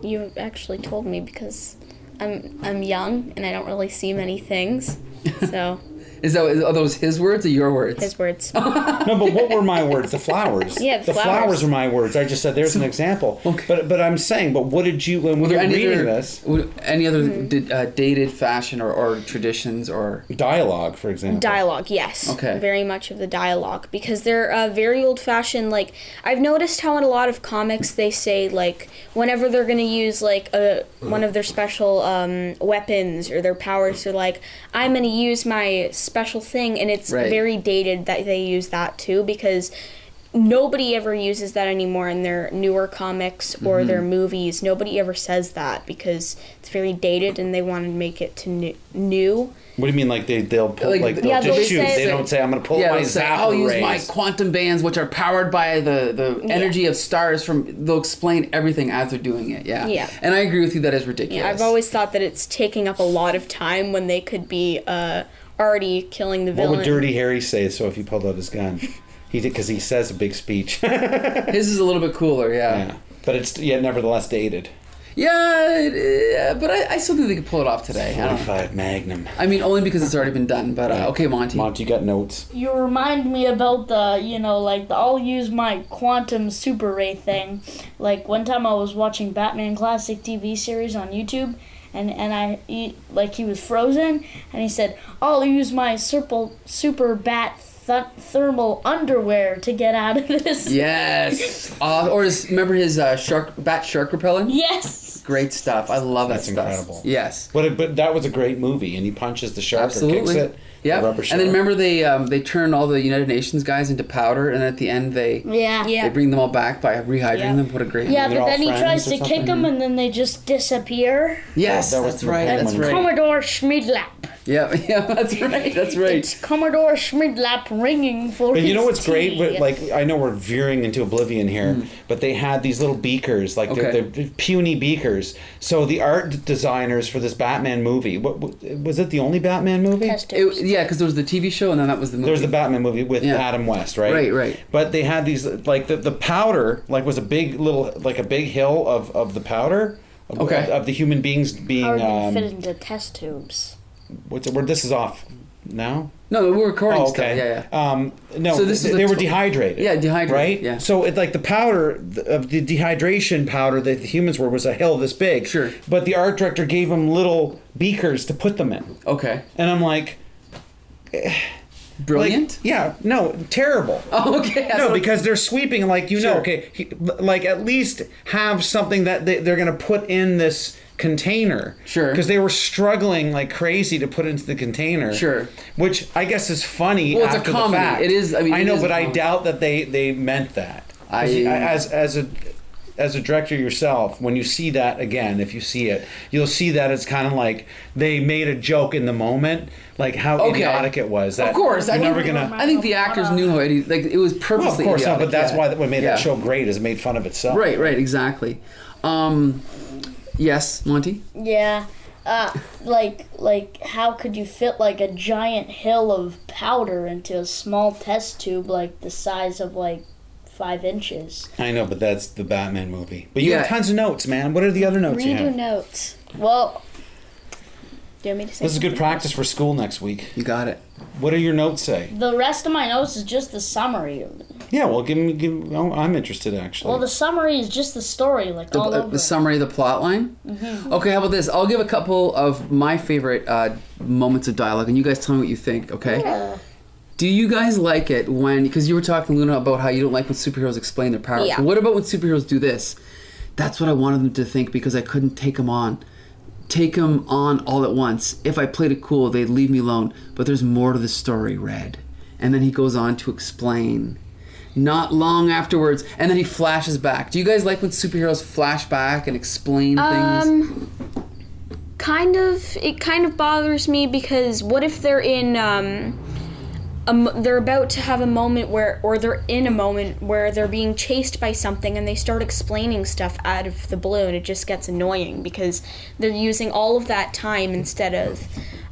Speaker 3: you actually told me because I'm I'm young and I don't really see many things. So
Speaker 1: Is that are those his words or your words?
Speaker 3: his words.
Speaker 2: no, but what were my words? The flowers.
Speaker 3: Yeah,
Speaker 2: the
Speaker 3: the
Speaker 2: flowers.
Speaker 3: flowers.
Speaker 2: were my words. I just said there's an example.
Speaker 1: Okay.
Speaker 2: But but I'm saying, but what did you when we were
Speaker 1: there any
Speaker 2: reading
Speaker 1: other,
Speaker 2: this
Speaker 1: would- any other
Speaker 3: Mm-hmm.
Speaker 1: did, uh, dated fashion or, or traditions or
Speaker 2: dialogue, for example?
Speaker 3: dialogue yes
Speaker 1: Okay.
Speaker 3: very much of the dialogue because they're uh, very old fashioned like i've noticed how in a lot of comics they say like whenever they're gonna use like a one of their special um, weapons or their powers they're like i'm gonna use my special thing and it's
Speaker 1: Right.
Speaker 3: very dated that they use that too because nobody ever uses that anymore in their newer comics or their
Speaker 1: Mm-hmm.
Speaker 3: movies nobody ever says that because it's very dated and they want to make it to new, new.
Speaker 2: What do you mean? Like they they'll pull like,
Speaker 1: Like,
Speaker 2: they'll
Speaker 1: yeah,
Speaker 2: just
Speaker 3: they'll
Speaker 2: shoot.
Speaker 3: say-
Speaker 2: they don't say I'm going to pull
Speaker 1: yeah,
Speaker 2: my
Speaker 1: they'll say,
Speaker 2: zapper
Speaker 1: I'll use
Speaker 2: rays."
Speaker 1: my quantum bands, which are powered by the the energy of stars. From they'll explain everything as they're doing it. Yeah,
Speaker 3: Yeah.
Speaker 1: And I agree with you. That is ridiculous.
Speaker 3: Yeah, I've always thought that it's taking up a lot of time when they could be uh, already killing the
Speaker 2: What
Speaker 3: villain.
Speaker 2: would Dirty Harry say? So if he pulled out his gun, he did because he says a big speech.
Speaker 1: his is a little bit cooler.
Speaker 2: Yeah.
Speaker 1: Yeah,
Speaker 2: But it's yet nevertheless dated.
Speaker 1: yeah, it- yeah, but I, I still think they could pull it off today. I, don't know.
Speaker 2: 45 Magnum.
Speaker 1: I mean, only because it's already been done. But uh, okay, Monty.
Speaker 2: Monty, you got notes.
Speaker 4: You remind me about the, you know, like the I'll use my quantum super ray thing. Like one time I was watching Batman classic TV series on YouTube, and and I he, like he was frozen, and he said I'll use my super super bat th- thermal underwear to get out of this.
Speaker 1: Yes. Uh, or is, remember his uh, shark bat shark repellent?
Speaker 4: Yes.
Speaker 1: Great stuff. I love that
Speaker 2: That's
Speaker 1: stuff.
Speaker 2: incredible.
Speaker 1: Yes.
Speaker 2: But, it, but that was a great movie, and he punches the shark or kicks
Speaker 1: Absolutely.
Speaker 2: it.
Speaker 1: Yeah.
Speaker 2: The rubber
Speaker 1: And then
Speaker 2: shark.
Speaker 1: remember they um, they turn all the United Nations guys into powder, and at the end they
Speaker 4: Yeah.
Speaker 3: Yeah.
Speaker 1: they bring them all back by rehydrating
Speaker 3: Yeah.
Speaker 1: them. What a great
Speaker 4: Yeah,
Speaker 1: movie.
Speaker 2: They're all
Speaker 4: but then he
Speaker 2: friends
Speaker 4: tries
Speaker 2: or
Speaker 4: to
Speaker 2: something.
Speaker 4: kick them and then they just disappear.
Speaker 1: Yes,
Speaker 2: Yeah, that was
Speaker 1: that's
Speaker 2: the
Speaker 1: right.
Speaker 2: one
Speaker 1: That's
Speaker 2: when-
Speaker 1: right.
Speaker 4: Commodore Schmidlap.
Speaker 1: Yeah, yeah, that's right. That's
Speaker 4: It's
Speaker 1: right.
Speaker 4: Commodore Schmidlap ringing for
Speaker 2: But you
Speaker 4: his
Speaker 2: know what's great?
Speaker 4: tea.
Speaker 2: But like, I know we're veering into oblivion here, but they had these little beakers, like
Speaker 1: Hmm. Okay.
Speaker 2: they're, they're puny beakers. So the art designers for this Batman movie, what, what was it? The only Batman movie?
Speaker 4: Test tubes.
Speaker 1: It, yeah, because there was the TV show, and then that was the movie.
Speaker 2: There was the Batman movie with
Speaker 1: Yeah.
Speaker 2: Adam West, right?
Speaker 1: Right, right.
Speaker 2: But they had these like the, the powder like was a big little like a big hill of, of the powder. of-
Speaker 1: Okay.
Speaker 2: Of, of the human beings being
Speaker 4: How did
Speaker 2: um,
Speaker 4: fit into test tubes?
Speaker 2: what's it, where this is off now.
Speaker 1: no, we were recording
Speaker 2: Oh,
Speaker 1: stuff.
Speaker 2: okay.
Speaker 1: Yeah, yeah.
Speaker 2: Um, no,
Speaker 1: So this
Speaker 2: they,
Speaker 1: is
Speaker 2: they
Speaker 1: the
Speaker 2: were
Speaker 1: tw-
Speaker 2: dehydrated.
Speaker 1: Yeah, dehydrated,
Speaker 2: Right.
Speaker 1: yeah.
Speaker 2: So it like the powder th- of the dehydration powder that the humans were was a hill this big.
Speaker 1: Sure.
Speaker 2: But the art director gave them little beakers to put them in,
Speaker 1: Okay.
Speaker 2: and I'm like, like,
Speaker 1: Brilliant.
Speaker 2: yeah, no, terrible.
Speaker 1: oh, okay. I
Speaker 2: No,
Speaker 1: thought-
Speaker 2: because they're sweeping like you know.
Speaker 1: Sure.
Speaker 2: Okay, he, like at least have something that they, they're going to put in this container.
Speaker 1: Sure.
Speaker 2: Because they were struggling like crazy to put into the container.
Speaker 1: Sure.
Speaker 2: Which I guess is funny.
Speaker 1: Well, it's a
Speaker 2: after
Speaker 1: comedy.
Speaker 2: The fact.
Speaker 1: It is- I mean,
Speaker 2: I
Speaker 1: it
Speaker 2: know,
Speaker 1: is
Speaker 2: but
Speaker 1: a
Speaker 2: I
Speaker 1: comedy.
Speaker 2: doubt that they they meant that. 'Cause
Speaker 1: I-
Speaker 2: you- as as a as a director yourself, when you see that again, if you see it, you'll see that it's kind of like they made a joke in the moment, like how
Speaker 1: Okay.
Speaker 2: idiotic it was. That
Speaker 1: of course,
Speaker 2: you're
Speaker 1: I
Speaker 2: never
Speaker 1: think,
Speaker 2: gonna.
Speaker 1: I think the actors knew how it like it was
Speaker 2: Well, of
Speaker 1: purposely.
Speaker 2: course not,
Speaker 1: idiotic,
Speaker 2: but that's
Speaker 1: yeah.
Speaker 2: why that what made that
Speaker 1: Yeah.
Speaker 2: show great is it made fun of itself.
Speaker 1: Right, right, exactly. Um, yes, Monty.
Speaker 4: Yeah. Uh, like, like, how could you fit like a giant hill of powder into a small test tube like the size of like five inches?
Speaker 2: I know, but that's the Batman movie. But you have
Speaker 1: Yeah.
Speaker 2: tons of notes, man. What are the other notes you
Speaker 3: redo
Speaker 2: have?
Speaker 3: notes
Speaker 4: Well,
Speaker 3: do you want me to say
Speaker 2: This is good
Speaker 3: something?
Speaker 2: practice for school next week.
Speaker 1: You got it.
Speaker 2: What do your notes say?
Speaker 4: the rest of my notes is just the summary. of it.
Speaker 2: Yeah, well, give me. Give, oh, I'm interested actually.
Speaker 4: Well, the summary is just the story, like
Speaker 1: The,
Speaker 4: all
Speaker 1: uh,
Speaker 4: over. Mm-hmm.
Speaker 1: the summary of the plot line. Okay, how about this? I'll give a couple of my favorite uh, moments of dialogue, and you guys tell me what you think. Okay.
Speaker 4: Uh,
Speaker 1: Do you guys like it when? Because you were talking Luna about how you don't like when superheroes explain their powers.
Speaker 3: Yeah.
Speaker 1: What about when superheroes do this? That's what I wanted them to think because I couldn't take them on. Take them on all at once. If I played it cool, they'd leave me alone. But there's more to the story, Red. And then he goes on to explain. not long afterwards, and then he flashes back. Do you guys like when superheroes flash back and explain things?
Speaker 3: Um, kind of. It kind of bothers me because what if they're in um, a mo- they're about to have a moment where, or they're in a moment where they're being chased by something, and they start explaining stuff out of the blue, and it just gets annoying because they're using all of that time instead of.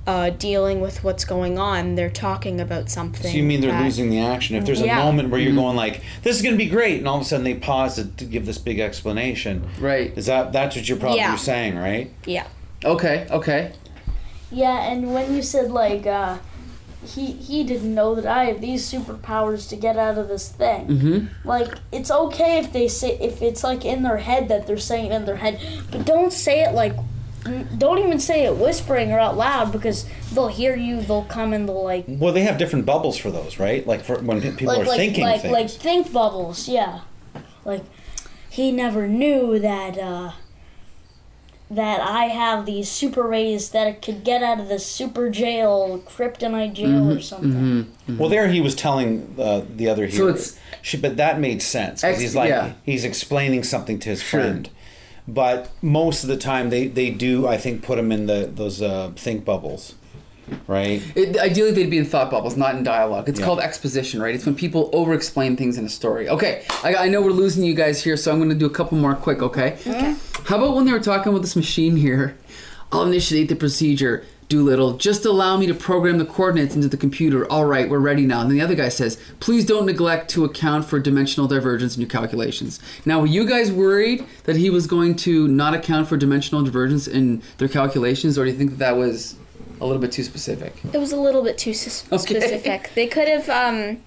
Speaker 3: Uh, dealing with what's going on, they're talking about something.
Speaker 2: So you mean they're
Speaker 3: that-
Speaker 2: losing the action? If there's
Speaker 3: Yeah.
Speaker 2: a moment where you're
Speaker 1: Mm-hmm.
Speaker 2: going like, "This is going to be great," and all of a sudden they pause to, to give this big explanation,
Speaker 1: Right.
Speaker 2: Is that that's what you're probably
Speaker 3: Yeah.
Speaker 2: saying, right?
Speaker 3: Yeah.
Speaker 1: Okay, okay.
Speaker 4: Yeah, and when you said like uh, he he didn't know that I have these superpowers to get out of this thing. Mm-hmm. Like it's okay if they say if it's like in their head that they're saying it in their head, but don't say it like n- don't even say it whispering or out loud because they'll hear you. They'll come and they'll like
Speaker 2: Well, they have different bubbles for those, right? Like for when people
Speaker 4: like
Speaker 2: are
Speaker 4: like
Speaker 2: thinking
Speaker 4: like
Speaker 2: things.
Speaker 4: like think bubbles. Yeah, like he never knew that. uh that I have these super rays that it could get out of the super jail, kryptonite jail, or something.
Speaker 2: Well, there he was telling uh, the other hero.
Speaker 1: it's-
Speaker 2: she, but that made sense because
Speaker 1: Ex-
Speaker 2: he's like
Speaker 1: yeah.
Speaker 2: he's explaining something to his friend. But most of the time, they, they do I think put him in the those uh, think bubbles, right?
Speaker 1: It, ideally, they'd be in thought bubbles, not in dialogue. It's
Speaker 2: Yeah.
Speaker 1: called exposition, right? It's when people over explain things in a story. Okay, I, I know we're losing you guys here, so I'm going to do a couple more quick, okay? Okay. How about when they were talking about this machine here? I'll initiate the procedure, Doolittle. Just allow me to program the coordinates into the computer. All right, we're ready now. And then the other guy says, please don't neglect to account for dimensional divergence in your calculations. Now, were you guys worried that he was going to not account for dimensional divergence in their calculations, or do you think that, that was a little bit too specific?
Speaker 3: It was a little bit too sus-
Speaker 1: Okay.
Speaker 3: specific. They could have um,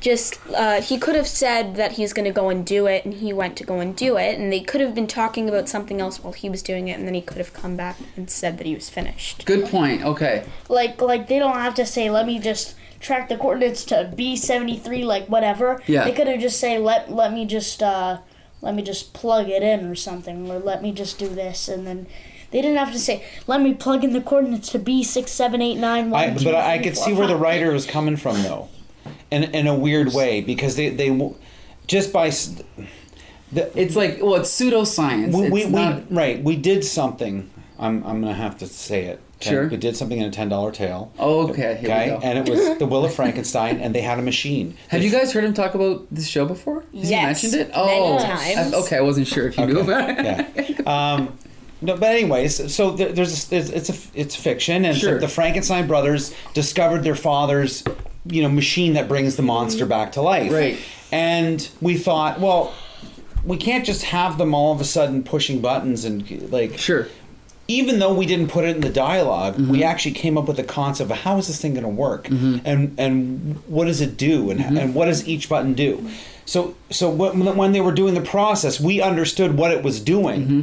Speaker 3: just uh, he could have said that he's going to go and do it, and he went to go and do it, and they could have been talking about something else while he was doing it, and then he could have come back and said that he was finished.
Speaker 1: Good point. Okay.
Speaker 4: like like they don't have to say let me just track the coordinates to B seventy three like whatever.
Speaker 1: Yeah.
Speaker 4: They could have just say let let me just uh let me just plug it in or something or let me just do this and then they didn't have to say let me plug in the coordinates to B six seven eight nine one.
Speaker 2: I, but I, I could see where the writer was coming from though, in in a weird way because they they w- just by s- the,
Speaker 1: It's like well, it's pseudoscience.
Speaker 2: we,
Speaker 1: it's
Speaker 2: we,
Speaker 1: not,
Speaker 2: we right we did something. I'm I'm gonna have to say it. Okay?
Speaker 1: Sure.
Speaker 2: We did something in a ten dollar tale.
Speaker 1: oh, okay. Here
Speaker 2: Okay,
Speaker 1: we go.
Speaker 2: and it was the Will of Frankenstein, and they had a machine.
Speaker 1: Have you guys heard him talk about this show before? Has he
Speaker 3: Yes,
Speaker 1: mentioned it?
Speaker 3: many
Speaker 1: Oh,
Speaker 3: times.
Speaker 1: I- okay. I wasn't sure if you knew about it.
Speaker 2: yeah. Um, no, but anyways, so there, there's, a, there's it's a it's fiction, and so
Speaker 1: Sure.
Speaker 2: the Frankenstein brothers discovered their father's you know machine that brings the monster back to life.
Speaker 1: Right.
Speaker 2: And we thought, well, we can't just have them all of a sudden pushing buttons and like
Speaker 1: Sure. Mm-hmm.
Speaker 2: even though we didn't put it in the dialog we actually came up with the concept of how is this thing going to work and and what does it do and,
Speaker 1: Mm-hmm.
Speaker 2: and what does each button do so so when, when they were doing the process we understood what it was doing
Speaker 1: Mm-hmm.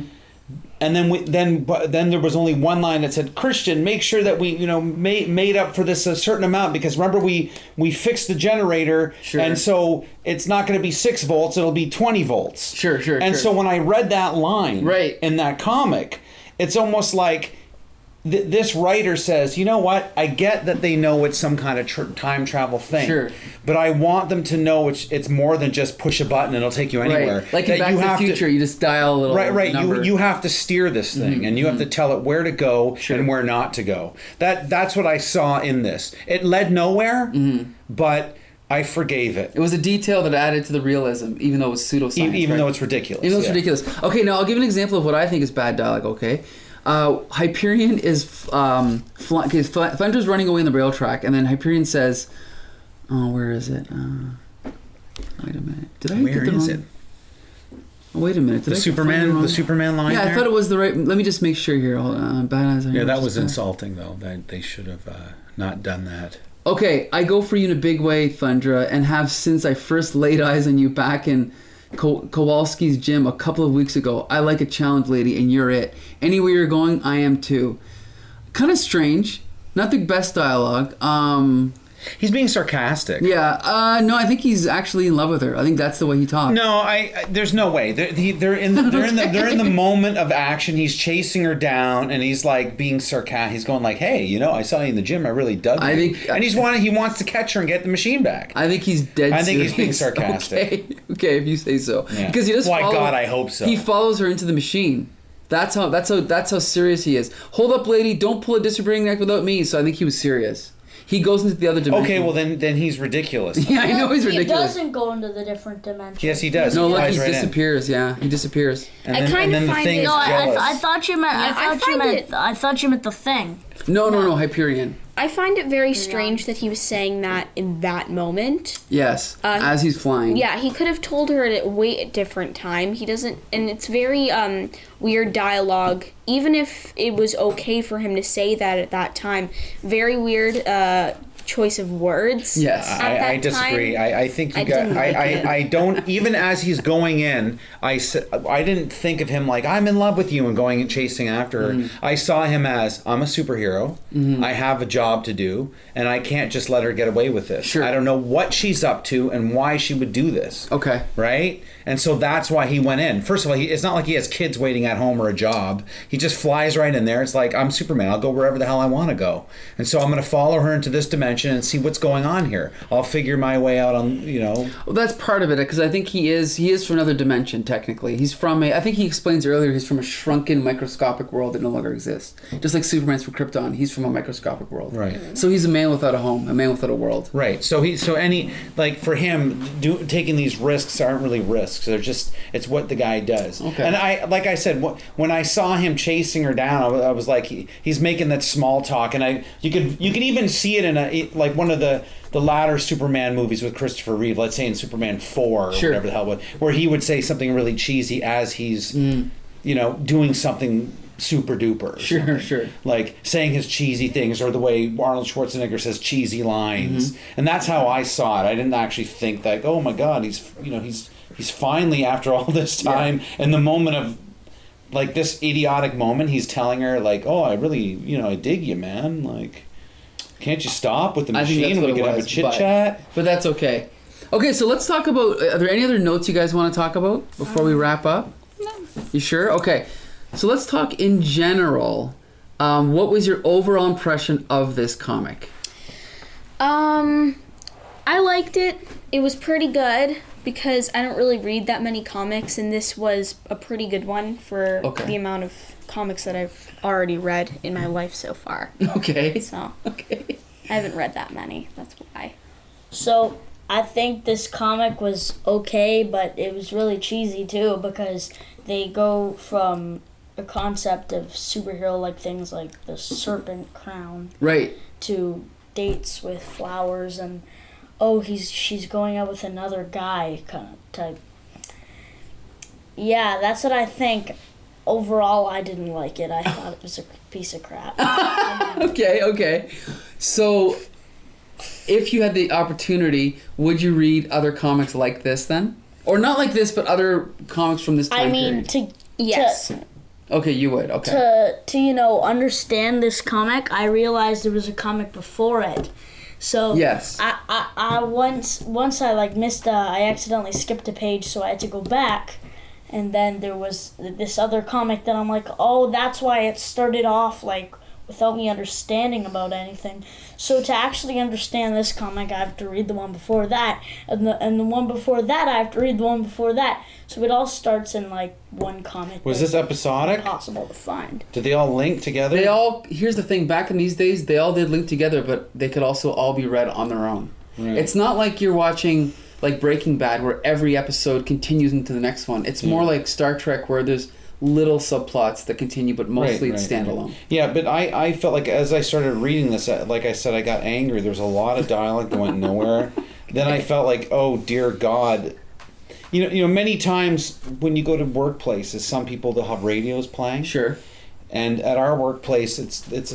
Speaker 2: and then we then but then there was only one line that said christian make sure that we you know made, made up for this a certain amount because remember we we fixed the generator
Speaker 1: Sure.
Speaker 2: and so it's not going to be six volts it'll be 20 volts
Speaker 1: Sure, sure,
Speaker 2: and
Speaker 1: sure.
Speaker 2: so when i read that line
Speaker 1: Right.
Speaker 2: in that comic it's almost like th- this writer says you know what i get that they know it's some kind of tr- time travel thing
Speaker 1: Sure.
Speaker 2: but i want them to know it's, it's more than just push a button and it'll take you anywhere
Speaker 1: Right. Like
Speaker 2: That
Speaker 1: in Back to the
Speaker 2: have
Speaker 1: Future, you just dial a little.
Speaker 2: Right, right.
Speaker 1: Number. Mm-hmm.
Speaker 2: You you have to steer this thing, and you have to tell it where to go and where not to go. That that's what I saw in this. It led nowhere,
Speaker 1: Mm-hmm.
Speaker 2: but I forgave it,
Speaker 1: It was a detail that added to the realism, even though it was pseudoscience.
Speaker 2: e- even
Speaker 1: right?
Speaker 2: though it's ridiculous.
Speaker 1: Even though it's
Speaker 2: yeah.
Speaker 1: ridiculous. Okay, now I'll give you an example of what I think is bad dialogue. Okay, uh, Hyperion is um, fl- 'cause Fl- Flender's running away in the rail track, and then Hyperion says, "Oh, where is it? Uh, wait a minute. Did I
Speaker 2: Where
Speaker 1: get the
Speaker 2: is
Speaker 1: wrong-
Speaker 2: it?
Speaker 1: Oh, wait a minute. Did
Speaker 2: The
Speaker 1: I get
Speaker 2: Superman,
Speaker 1: wrong-
Speaker 2: the Superman line.
Speaker 1: Yeah, I
Speaker 2: there?
Speaker 1: thought it was the right. Let me just make sure here. Hold on. Badass.
Speaker 6: Yeah, that was insulting though. That they should have uh, not done that.
Speaker 1: Okay, I go for you in a big way, Thundra, and have since I first laid eyes on you back in Ko- Kowalski's gym a couple of weeks ago. I like a challenge, lady, and you're it. Anywhere you're going, I am too. Kind of strange. Not the best dialogue. Um,
Speaker 5: He's being sarcastic.
Speaker 1: Yeah. Uh, no, I think he's actually in love with her. I think that's the way he talks.
Speaker 2: No, I, I- There's no way. They're, he, they're in. They're in the. They're in the moment of action. He's chasing her down, and he's like being sarcastic. He's going like, "Hey, you know, I saw you in the gym. I really dug
Speaker 1: I
Speaker 2: you."
Speaker 1: think- uh,
Speaker 2: and he's wanting. He wants to catch her and get the machine back.
Speaker 1: I think he's dead.
Speaker 2: I think he's being
Speaker 1: serious.
Speaker 2: sarcastic.
Speaker 1: Okay, okay, if you say so.
Speaker 2: Yeah.
Speaker 1: Because he does.
Speaker 2: Why,
Speaker 1: follow-
Speaker 2: God, I hope so.
Speaker 1: He follows her into the machine. That's how. That's how. That's how serious he is. Hold up, lady! Don't pull a disappearing neck without me. So I think he was serious. He goes into the other dimension.
Speaker 2: okay, well then, then he's ridiculous.
Speaker 1: Yeah, I know he's
Speaker 4: he
Speaker 1: ridiculous.
Speaker 4: doesn't go into the different dimensions.
Speaker 2: yes, he does.
Speaker 1: No,
Speaker 2: he
Speaker 1: look,
Speaker 2: flies
Speaker 1: he
Speaker 2: right in.
Speaker 1: disappears. Yeah, he disappears.
Speaker 2: And
Speaker 3: I
Speaker 2: then,
Speaker 3: kinda
Speaker 2: and then the
Speaker 3: find
Speaker 2: thing
Speaker 3: it-
Speaker 2: is
Speaker 4: No, I, I,
Speaker 2: jealous.
Speaker 4: I thought you meant.
Speaker 3: Yeah, I
Speaker 4: I thought you
Speaker 3: find
Speaker 4: meant.
Speaker 3: it-
Speaker 4: I thought you meant the thing.
Speaker 1: No, no, no, Hyperion.
Speaker 3: I find it very strange that he was saying that in that moment.
Speaker 1: Yes,
Speaker 3: Uh,
Speaker 1: as he's flying.
Speaker 3: Yeah, he could have told her at a way at different time. He doesn't, and it's very um, weird dialogue. Even if it was okay for him to say that at that time, very weird uh, choice of words.
Speaker 1: Yes.
Speaker 3: at that
Speaker 2: I, I disagree.
Speaker 3: time.
Speaker 2: I, I think you
Speaker 3: I
Speaker 2: got.
Speaker 3: didn't
Speaker 2: I,
Speaker 3: like
Speaker 2: I,
Speaker 3: it.
Speaker 2: I don't. Even as he's going in, I s- I didn't think of him like I'm in love with you and going and chasing after her.
Speaker 1: Mm-hmm.
Speaker 2: I saw him as I'm a superhero. I have a job to do, and I can't just let her get away with this.
Speaker 1: Sure.
Speaker 2: I don't know what she's up to and why she would do this.
Speaker 1: Okay.
Speaker 2: Right, and so that's why he went in. First of all, he, it's not like he has kids waiting at home or a job. He just flies right in there. It's like I'm Superman. I'll go wherever the hell I want to go, and so I'm going to follow her into this dimension and see what's going on here. I'll figure my way out on you know.
Speaker 1: Well, that's part of it because I think he is he is from another dimension. Technically, he's from a. I think he explains earlier he's from a shrunken microscopic world that no longer exists. Just like Superman's from Krypton, he's from a microscopic world.
Speaker 2: Right.
Speaker 1: So he's a man without a home, a man without a world.
Speaker 2: Right. So he so any like for him do, taking these risks aren't really risks. They're just it's what the guy does.
Speaker 1: Okay.
Speaker 2: And I like I said wh- when I saw him chasing her down, I wa- I was like he, he's making that small talk, and I you could you could even see it in a like one of the the latter Superman movies with Christopher Reeve. Let's say in Superman four or
Speaker 1: Sure.
Speaker 2: whatever the hell it was, where he would say something really cheesy as he's
Speaker 1: Mm.
Speaker 2: you know doing something super duper. or
Speaker 1: Sure,
Speaker 2: something.
Speaker 1: sure.
Speaker 2: Like saying his cheesy things or the way Arnold Schwarzenegger says cheesy lines.
Speaker 1: Mm-hmm.
Speaker 2: And that's how I saw it. I didn't actually think like, oh my god, he's you know, he's he's finally after all this time in the moment of like this idiotic moment he's telling her like, "Oh, I really, you know, I dig you, man." Like can't you stop with the
Speaker 1: I think that's
Speaker 2: machine?
Speaker 1: what
Speaker 2: We
Speaker 1: it
Speaker 2: could have a
Speaker 1: was,
Speaker 2: chit
Speaker 1: but-
Speaker 2: chat.
Speaker 1: But that's okay. Okay, so let's talk about. Are there any other notes you guys want to talk about before we wrap up? No. You sure? Okay. So let's talk in general. Um, what was your overall impression of this comic?
Speaker 3: Um, I liked it. It was pretty good because I don't really read that many comics, and this was a pretty good one for
Speaker 1: Okay.
Speaker 3: the amount of comics that I've already read in my life so far.
Speaker 1: Okay.
Speaker 3: So I haven't read that many. That's why.
Speaker 4: So I think this comic was okay, but it was really cheesy too because they go from a concept of superhero like things like the serpent crown
Speaker 1: Right.
Speaker 4: to dates with flowers and oh he's she's going out with another guy kind of type. Yeah, that's what I think. Overall, I didn't like it. I thought it was a piece of crap.
Speaker 1: Okay, okay. So, if you had the opportunity, would you read other comics like this then? Or not like this, but other comics from this time
Speaker 4: I mean,
Speaker 1: period?
Speaker 4: to
Speaker 3: Yes.
Speaker 4: to,
Speaker 1: Okay, you would. Okay.
Speaker 4: to to you know understand this comic, I realized there was a comic before it. So
Speaker 1: Yes.
Speaker 4: I, I, I once once I like missed a, I accidentally skipped a page, so I had to go back, and then there was this other comic that I'm like, oh, that's why it started off like without me understanding about anything. So to actually understand this comic, I have to read the one before that, and the and the one before that, I have to read the one before that. So it all starts in like one comic.
Speaker 2: Was
Speaker 4: that's
Speaker 2: this episodic?
Speaker 4: impossible to find?
Speaker 2: Did they all link together?
Speaker 1: Uh, they all, here's the thing back in these days, they all did link together, but they could also all be read on their own. It's not like you're watching like Breaking Bad where every episode continues into the next one. It's more like Star Trek where there's little subplots that continue, but mostly it's
Speaker 2: right, right.
Speaker 1: standalone.
Speaker 2: Yeah, but I, I felt like as I started reading this, uh, like I said, I got angry. There was a lot of dialogue that went nowhere. then I felt like, oh dear God. You know, you know, many times when you go to workplaces, some people they'll have radios playing.
Speaker 1: Sure.
Speaker 2: And at our workplace, it's it's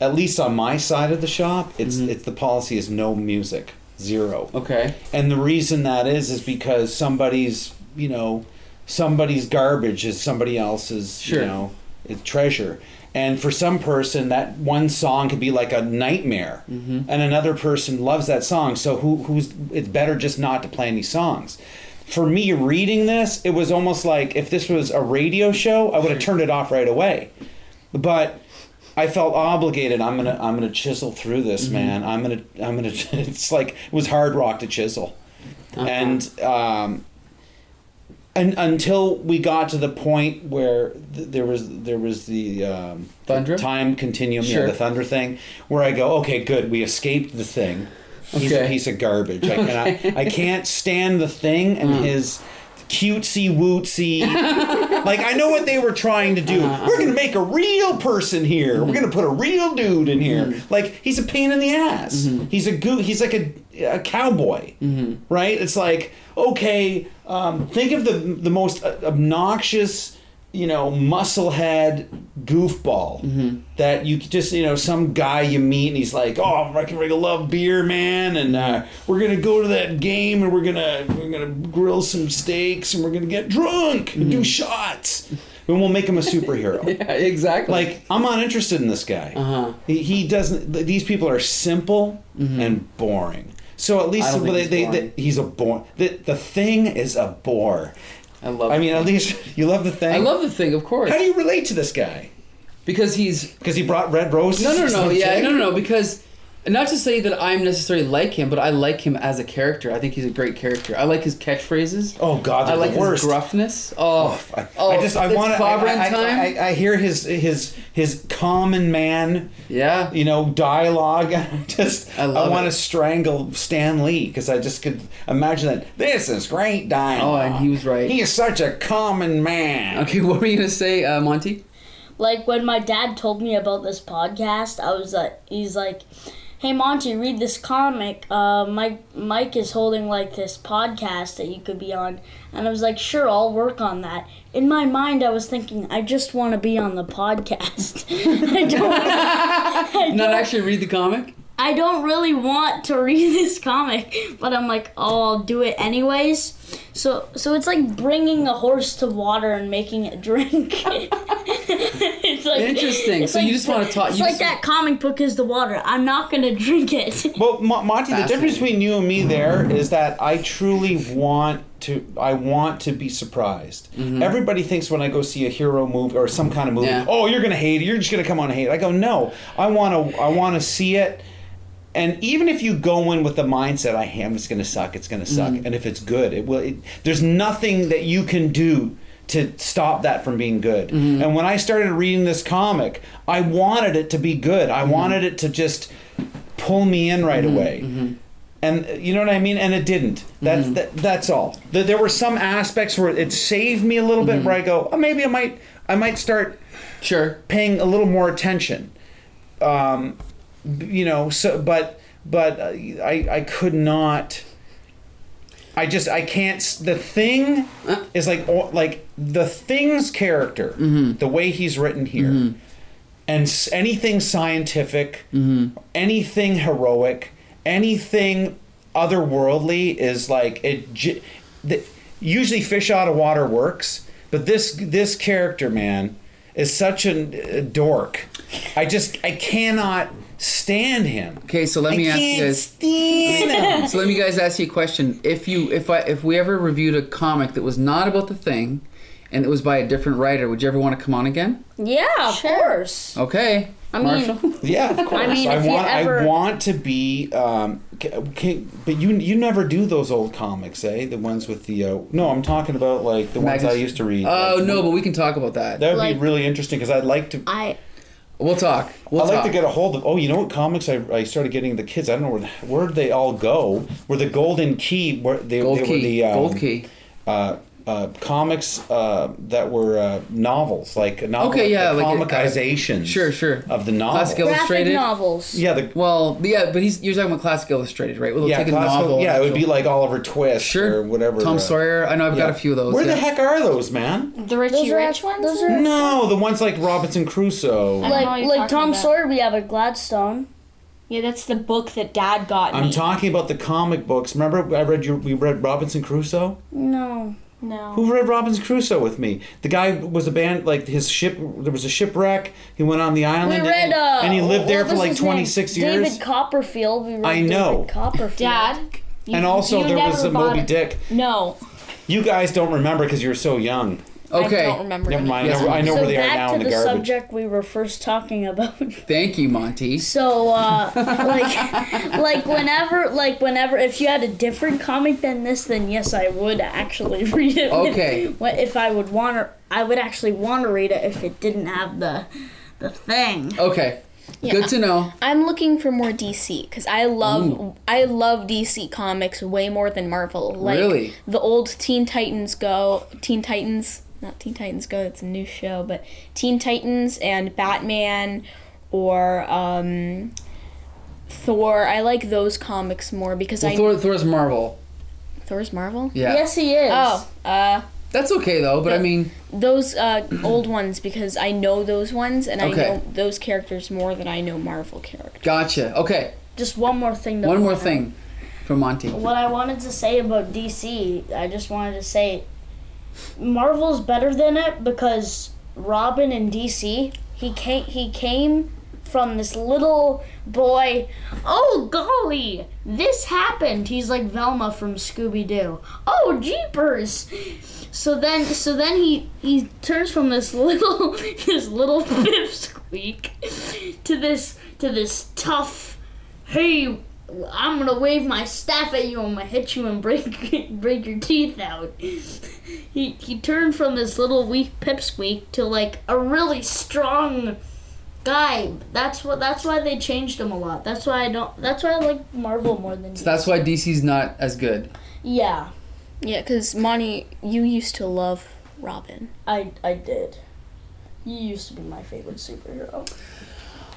Speaker 2: at least on my side of the shop, it's it's the policy is no music, zero.
Speaker 1: Mm-hmm. Okay.
Speaker 2: And the reason that is is because somebody's, you know, somebody's garbage is somebody else's,
Speaker 1: Sure.
Speaker 2: you know, it's treasure. And for some person, that one song could be like a nightmare, and another person loves that song. So who who's it's better just not to play any songs. For me, reading this, it was almost like if this was a radio show, I would have turned it off right away. But I felt obligated. I'm gonna I'm gonna chisel through this,
Speaker 1: Mm-hmm.
Speaker 2: man. I'm gonna I'm gonna. It's like it was hard rock to chisel,
Speaker 1: Uh-huh.
Speaker 2: and um, and until we got to the point where th- there was there was the um,
Speaker 1: Thunder?
Speaker 2: time continuum,
Speaker 1: Sure.
Speaker 2: yeah, the thunder thing, where I go, okay, good, we escaped the thing. He's
Speaker 1: Okay.
Speaker 2: a piece of garbage. I cannot, I can't stand the thing and his cutesy wootsy. like I know what they were trying to do. We're gonna make a real person here. We're gonna put a real dude in here. Like he's a pain in the ass. He's a goo. He's like a, a cowboy, right? It's like okay, um, think of the the most obnoxious you know, musclehead goofball
Speaker 1: Mm-hmm.
Speaker 2: that you just, you know, some guy you meet and he's like, oh, I can really love beer, man, and uh, we're gonna go to that game and we're gonna we're gonna grill some steaks and we're gonna get drunk and do shots, and we'll make him a superhero.
Speaker 1: Mm-hmm. Yeah, exactly.
Speaker 2: Like I'm not interested in this guy.
Speaker 1: Uh-huh. Mm-hmm.
Speaker 2: He, he doesn't. th- These people are simple and boring. So at
Speaker 1: I
Speaker 2: least
Speaker 1: don't think
Speaker 2: they,
Speaker 1: he's
Speaker 2: they,
Speaker 1: boring.
Speaker 2: they- he's a bore. The, the thing is a bore.
Speaker 1: I love.
Speaker 2: I
Speaker 1: it.
Speaker 2: mean, at least you love the thing.
Speaker 1: I love the thing, of course,
Speaker 2: How do you relate to this guy?
Speaker 1: because he's
Speaker 2: Because he brought red roses.
Speaker 1: No, no,
Speaker 2: or
Speaker 1: no.
Speaker 2: something?
Speaker 1: Yeah, no, no, no. Because not to say that I'm necessarily like him, but I like him as a character. I think he's a great character. I like his catchphrases.
Speaker 2: Oh God,
Speaker 1: I
Speaker 2: they're
Speaker 1: like
Speaker 2: the worst.
Speaker 1: his gruffness. Oh,
Speaker 2: F-
Speaker 1: oh,
Speaker 2: I, I just I
Speaker 1: it's
Speaker 2: want to.
Speaker 1: clobbering
Speaker 2: I, I,
Speaker 1: time.
Speaker 2: I, I hear his his his common man,
Speaker 1: yeah,
Speaker 2: you know, dialogue. I just
Speaker 1: I
Speaker 2: I,
Speaker 1: love
Speaker 2: want
Speaker 1: it.
Speaker 2: to strangle Stan Lee because I just could imagine that. This is great dialogue.
Speaker 1: Oh, and he was right.
Speaker 2: He is such a common man.
Speaker 1: Okay, what were you gonna say, uh, Monty?
Speaker 4: Like when my dad told me about this podcast, I was like, he's like, "Hey Monty, read this comic. Uh, Mike Mike is holding like this podcast that you could be on." And I was like, "Sure, I'll work on that." In my mind, I was thinking, "I just want to be on the podcast. I don't,
Speaker 1: Not actually read the comic.
Speaker 4: I don't really want to read this comic, but I'm like, oh, I'll do it anyways." So, so it's like bringing a horse to water and making it drink. it's like
Speaker 1: Interesting.
Speaker 4: it's
Speaker 1: so you
Speaker 4: like-
Speaker 1: just want to talk.
Speaker 4: It's
Speaker 1: you
Speaker 4: like
Speaker 1: just-
Speaker 4: that comic book is the water. I'm not gonna drink it.
Speaker 2: Well, Mo- Monty, the
Speaker 1: Fascinating.
Speaker 2: difference between you and me there is that I truly want to. I want to be surprised. Everybody thinks when I go see a hero movie or some kind of movie,
Speaker 1: Mm-hmm. Yeah.
Speaker 2: oh, you're gonna hate it. You're just gonna come on and hate it. I go, no, I want to. I want to see it. And even if you go in with the mindset, I am just gonna suck. It's gonna suck. And if it's good, it will. It, there's nothing that you can do. To stop that from being good. And when I started reading this comic, I wanted it to be good. I wanted it to just pull me in right away. And uh, you know what I mean? And it didn't. That's that, that's all. There, there were some aspects where it saved me a little bit where I go, oh, maybe I might I might start
Speaker 1: Sure.
Speaker 2: paying a little more attention. Um, b- you know, so but but uh, I I could not I just I can't s- the thing is like o- like the thing's character,
Speaker 1: Mm-hmm.
Speaker 2: the way he's written here. And s- anything scientific,
Speaker 1: Mm-hmm.
Speaker 2: anything heroic, anything otherworldly is like it j- the, usually fish out of water works, but this this character man is such an- a dork. I just I cannot stand him.
Speaker 1: Okay, so let
Speaker 2: I
Speaker 1: me ask you
Speaker 2: can't
Speaker 1: guys.
Speaker 2: stand him.
Speaker 1: so let me guys ask you a question. If you if I if we ever reviewed a comic that was not about the thing, and it was by a different writer, would you ever want to come on again?
Speaker 4: yeah, of course.
Speaker 1: Okay. I
Speaker 4: mean-
Speaker 2: Yeah, of course. I,
Speaker 4: mean, if you
Speaker 2: want
Speaker 4: ever-
Speaker 2: I want to be um ca- ca- but you you never do those old comics, eh? The ones with the uh, No, I'm talking about like the ones I
Speaker 1: Magnus-
Speaker 2: used to read.
Speaker 1: Oh
Speaker 2: Like,
Speaker 1: no, but we can talk about that.
Speaker 2: That would
Speaker 4: Like-
Speaker 2: be really interesting cuz I'd like to
Speaker 4: I
Speaker 1: We'll talk. We'll
Speaker 2: I'd like
Speaker 1: talk.
Speaker 2: to get a hold of. Oh, you know what comics I, I started getting the kids. I don't know where the- where'd they all go. Were the Golden Key? Where they,
Speaker 1: Gold
Speaker 2: they
Speaker 1: key.
Speaker 2: were the um,
Speaker 1: Gold key.
Speaker 2: uh, uh, comics uh, that were uh, novels, like a novel,
Speaker 1: Okay, yeah,
Speaker 2: like
Speaker 1: like a- uh,
Speaker 2: comicisation.
Speaker 1: Sure, sure.
Speaker 2: Of the novel.
Speaker 1: Classic illu-
Speaker 4: graphic
Speaker 1: Illustrated?
Speaker 4: novels.
Speaker 2: yeah, the
Speaker 1: Well, yeah, but he's you're talking about classic illustrated, right? Well,
Speaker 2: yeah,
Speaker 1: take a
Speaker 2: classical-
Speaker 1: novel.
Speaker 2: yeah, it would be
Speaker 1: actual-
Speaker 2: like Oliver Twist
Speaker 1: sure
Speaker 2: or whatever.
Speaker 1: Tom
Speaker 2: uh,
Speaker 1: Sawyer. I know I've
Speaker 2: yeah.
Speaker 1: got a few of those.
Speaker 2: Where
Speaker 1: yeah.
Speaker 2: the heck are those, man?
Speaker 3: The Richie
Speaker 4: Those are
Speaker 3: Rich
Speaker 4: act-
Speaker 3: ones? Mm.
Speaker 4: those are-
Speaker 2: No, the ones like Robinson Crusoe.
Speaker 3: I don't know what
Speaker 4: Like
Speaker 3: you're
Speaker 4: like
Speaker 3: talking
Speaker 4: Tom
Speaker 3: about.
Speaker 4: Sawyer, we have a Gladstone.
Speaker 3: Yeah, that's the book that Dad got me.
Speaker 2: I'm talking about the comic books. Remember, I read your, we read Robinson Crusoe.
Speaker 4: No,
Speaker 3: No.
Speaker 2: Who read Robinson Crusoe with me? The guy was a band like his ship. There was a shipwreck. He went on the
Speaker 4: We
Speaker 2: island.
Speaker 4: read.
Speaker 2: and,
Speaker 4: Uh,
Speaker 2: and he lived there
Speaker 4: what
Speaker 2: for
Speaker 4: was
Speaker 2: like
Speaker 4: his name?
Speaker 2: twenty six years.
Speaker 4: David Copperfield. We read
Speaker 2: I know.
Speaker 4: David Copperfield.
Speaker 7: Dad. you-
Speaker 2: and also
Speaker 7: you
Speaker 2: there
Speaker 7: never
Speaker 2: was a
Speaker 7: bought
Speaker 2: Moby
Speaker 7: it.
Speaker 2: Dick.
Speaker 7: No.
Speaker 2: You guys don't remember because you were so young.
Speaker 1: Okay.
Speaker 7: I don't remember.
Speaker 2: Never
Speaker 7: any.
Speaker 2: mind.
Speaker 1: Yes,
Speaker 2: I know, I know
Speaker 4: so
Speaker 2: where they are
Speaker 4: back
Speaker 2: now
Speaker 4: to
Speaker 2: in the,
Speaker 4: the
Speaker 2: garbage.
Speaker 4: subject we were first talking about.
Speaker 1: Thank you, Monty.
Speaker 4: So, uh, like, like whenever, like whenever, if you had a different comic than this, then yes, I would actually read it. with-
Speaker 1: Okay.
Speaker 4: What if I would want to? I would actually want to read it if it didn't have the, the thing.
Speaker 1: Okay. Good to know.
Speaker 3: I'm looking for more DC because I love I love DC comics way more than Marvel. Like
Speaker 1: Really?
Speaker 3: the old Teen Titans Go, Teen Titans, not Teen Titans Go. That's a new show, but Teen Titans and Batman or um, Thor. I like those comics more because
Speaker 1: Well,
Speaker 3: I
Speaker 1: Thor, Thor's Marvel.
Speaker 3: Thor's Marvel.
Speaker 1: Yeah.
Speaker 4: Yes, he is.
Speaker 3: Oh, uh,
Speaker 1: That's okay though, but I mean,
Speaker 3: those uh, old ones because I know those ones and
Speaker 1: Okay.
Speaker 3: I know those characters more than I know Marvel characters.
Speaker 1: gotcha. Okay.
Speaker 4: Just one more thing. To
Speaker 1: One more
Speaker 4: point out.
Speaker 1: thing from Monty.
Speaker 4: What I wanted to say about DC, I just wanted to say, Marvel's better than it because Robin in DC, he came, he came from this little boy. Oh golly, this happened. He's like Velma from Scooby Doo. Oh jeepers. So then, so then he he turns from this little this little pipsqueak to this to this tough. Hey, I'm gonna wave my staff at you. I'm gonna hit you and break break your teeth out. He he turned from this little weak pipsqueak to like a really strong guy. That's what. That's why they changed him a lot. That's why I don't. That's why I like Marvel more than.
Speaker 1: So that's why DC's not as good.
Speaker 4: yeah,
Speaker 3: Yeah, because Monty, you used to love Robin.
Speaker 4: I I did. You used to be my favorite superhero.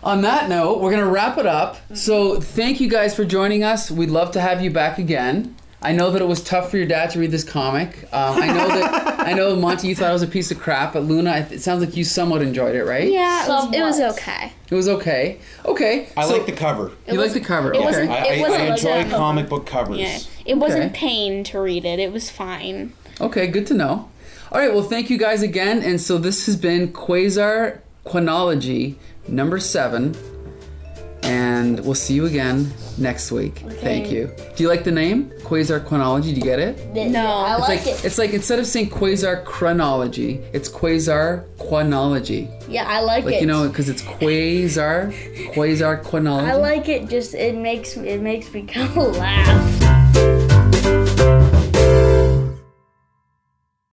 Speaker 1: On that note, we're going to wrap it up.
Speaker 3: Mm-hmm.
Speaker 1: So, thank you guys for joining us. We'd love to have you back again. I know that it was tough for your dad to read this comic. Um, I know that I know Monty, you thought it was a piece of crap, but Luna, it it sounds like you somewhat enjoyed it, right?
Speaker 3: Yeah, it was, it was
Speaker 4: Somewhat.
Speaker 3: okay.
Speaker 1: It was okay. Okay.
Speaker 2: I
Speaker 1: so-
Speaker 2: like the cover.
Speaker 1: You like the cover.
Speaker 3: it
Speaker 1: okay.
Speaker 3: wasn't-
Speaker 2: I, I, I
Speaker 3: wasn't
Speaker 2: enjoy
Speaker 3: that-
Speaker 2: comic book covers.
Speaker 3: Yeah, it wasn't pain to read it. It was fine.
Speaker 1: Okay, good to know. All right, well, thank you guys again. And so this has been Quasar Quanology number seven. And we'll see you again next week. Thank you. Do you like the name? Quasar Quanology? Do you get it?
Speaker 3: No,
Speaker 4: I
Speaker 3: it's
Speaker 4: like, it.
Speaker 1: It's like instead of saying Quasar Chronology, it's Quasar Quanology.
Speaker 4: Yeah, I like,
Speaker 1: Like,
Speaker 4: it.
Speaker 1: you know, because it's Quasar, Quasar Quanology.
Speaker 4: I like it. Just it makes it makes me kind of laugh.